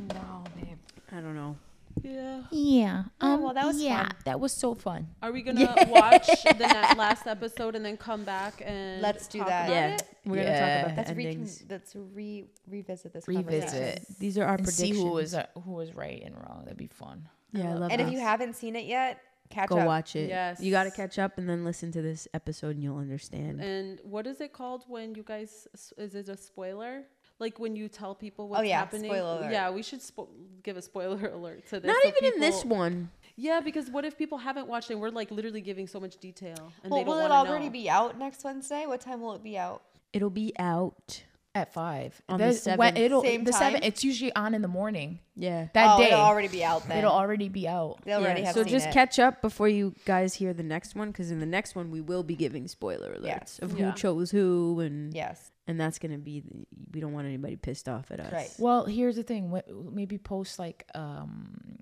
"No, babe." I don't know. Yeah. Yeah. Oh, Um, well, that was yeah. fun. That was so fun. Are *laughs* we gonna watch the na- last episode and then come back and Let's do talk that. about Yeah. it? We're going to talk Yeah. about Let's *laughs* the recon- endings. let's re revisit this Revisit. conversation. These are our And see predictions. who was uh, who was right and wrong. That'd be fun. Yeah, I love And if that. you haven't seen it yet, catch go up. watch it. Yes. You got to catch up and then listen to this episode and you'll understand. And what is it called when you guys? Is it a spoiler? Like when you tell people Oh, what's yeah, happening? spoiler alert. Yeah, we should spo- give a spoiler *laughs* alert to this. Not so even in this people- one. Yeah, because what if people haven't watched it? We're like literally giving so much detail, and Well, they don't will it wanna already know. be out next Wednesday? What time will it be out? It'll be out. At five On the That- seventh. it'll Same the time? seven. It's usually on in the morning. Yeah. That oh, day, it'll already be out then. it'll already be out. they already have so seen just it. catch up before you guys hear the next one because in the next one we will be giving spoiler alerts Yes. of Yeah. who chose who and Yes. and that's gonna be the, we don't want anybody pissed off at us. Right. Well, here's the thing. What, maybe post like um,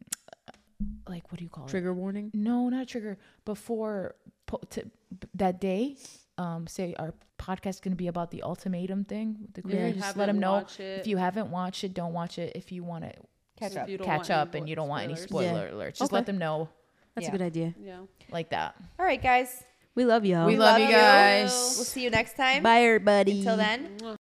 like what do you call Trigger warning. it? No, not trigger. Before po- to, that day, um, say our podcast is going to be about the ultimatum thing. With the If yeah, you just let haven't them know watched it, if you haven't watched it, don't watch it. If you want to catch up, you don't catch want any up and bo- you don't want any spoilers. spoiler alerts, just let Okay. them know That's Yeah. a good idea. Yeah. like that. All right, guys. We love y'all. We love you guys. We'll see you next time. Bye, everybody. Until then. Mwah.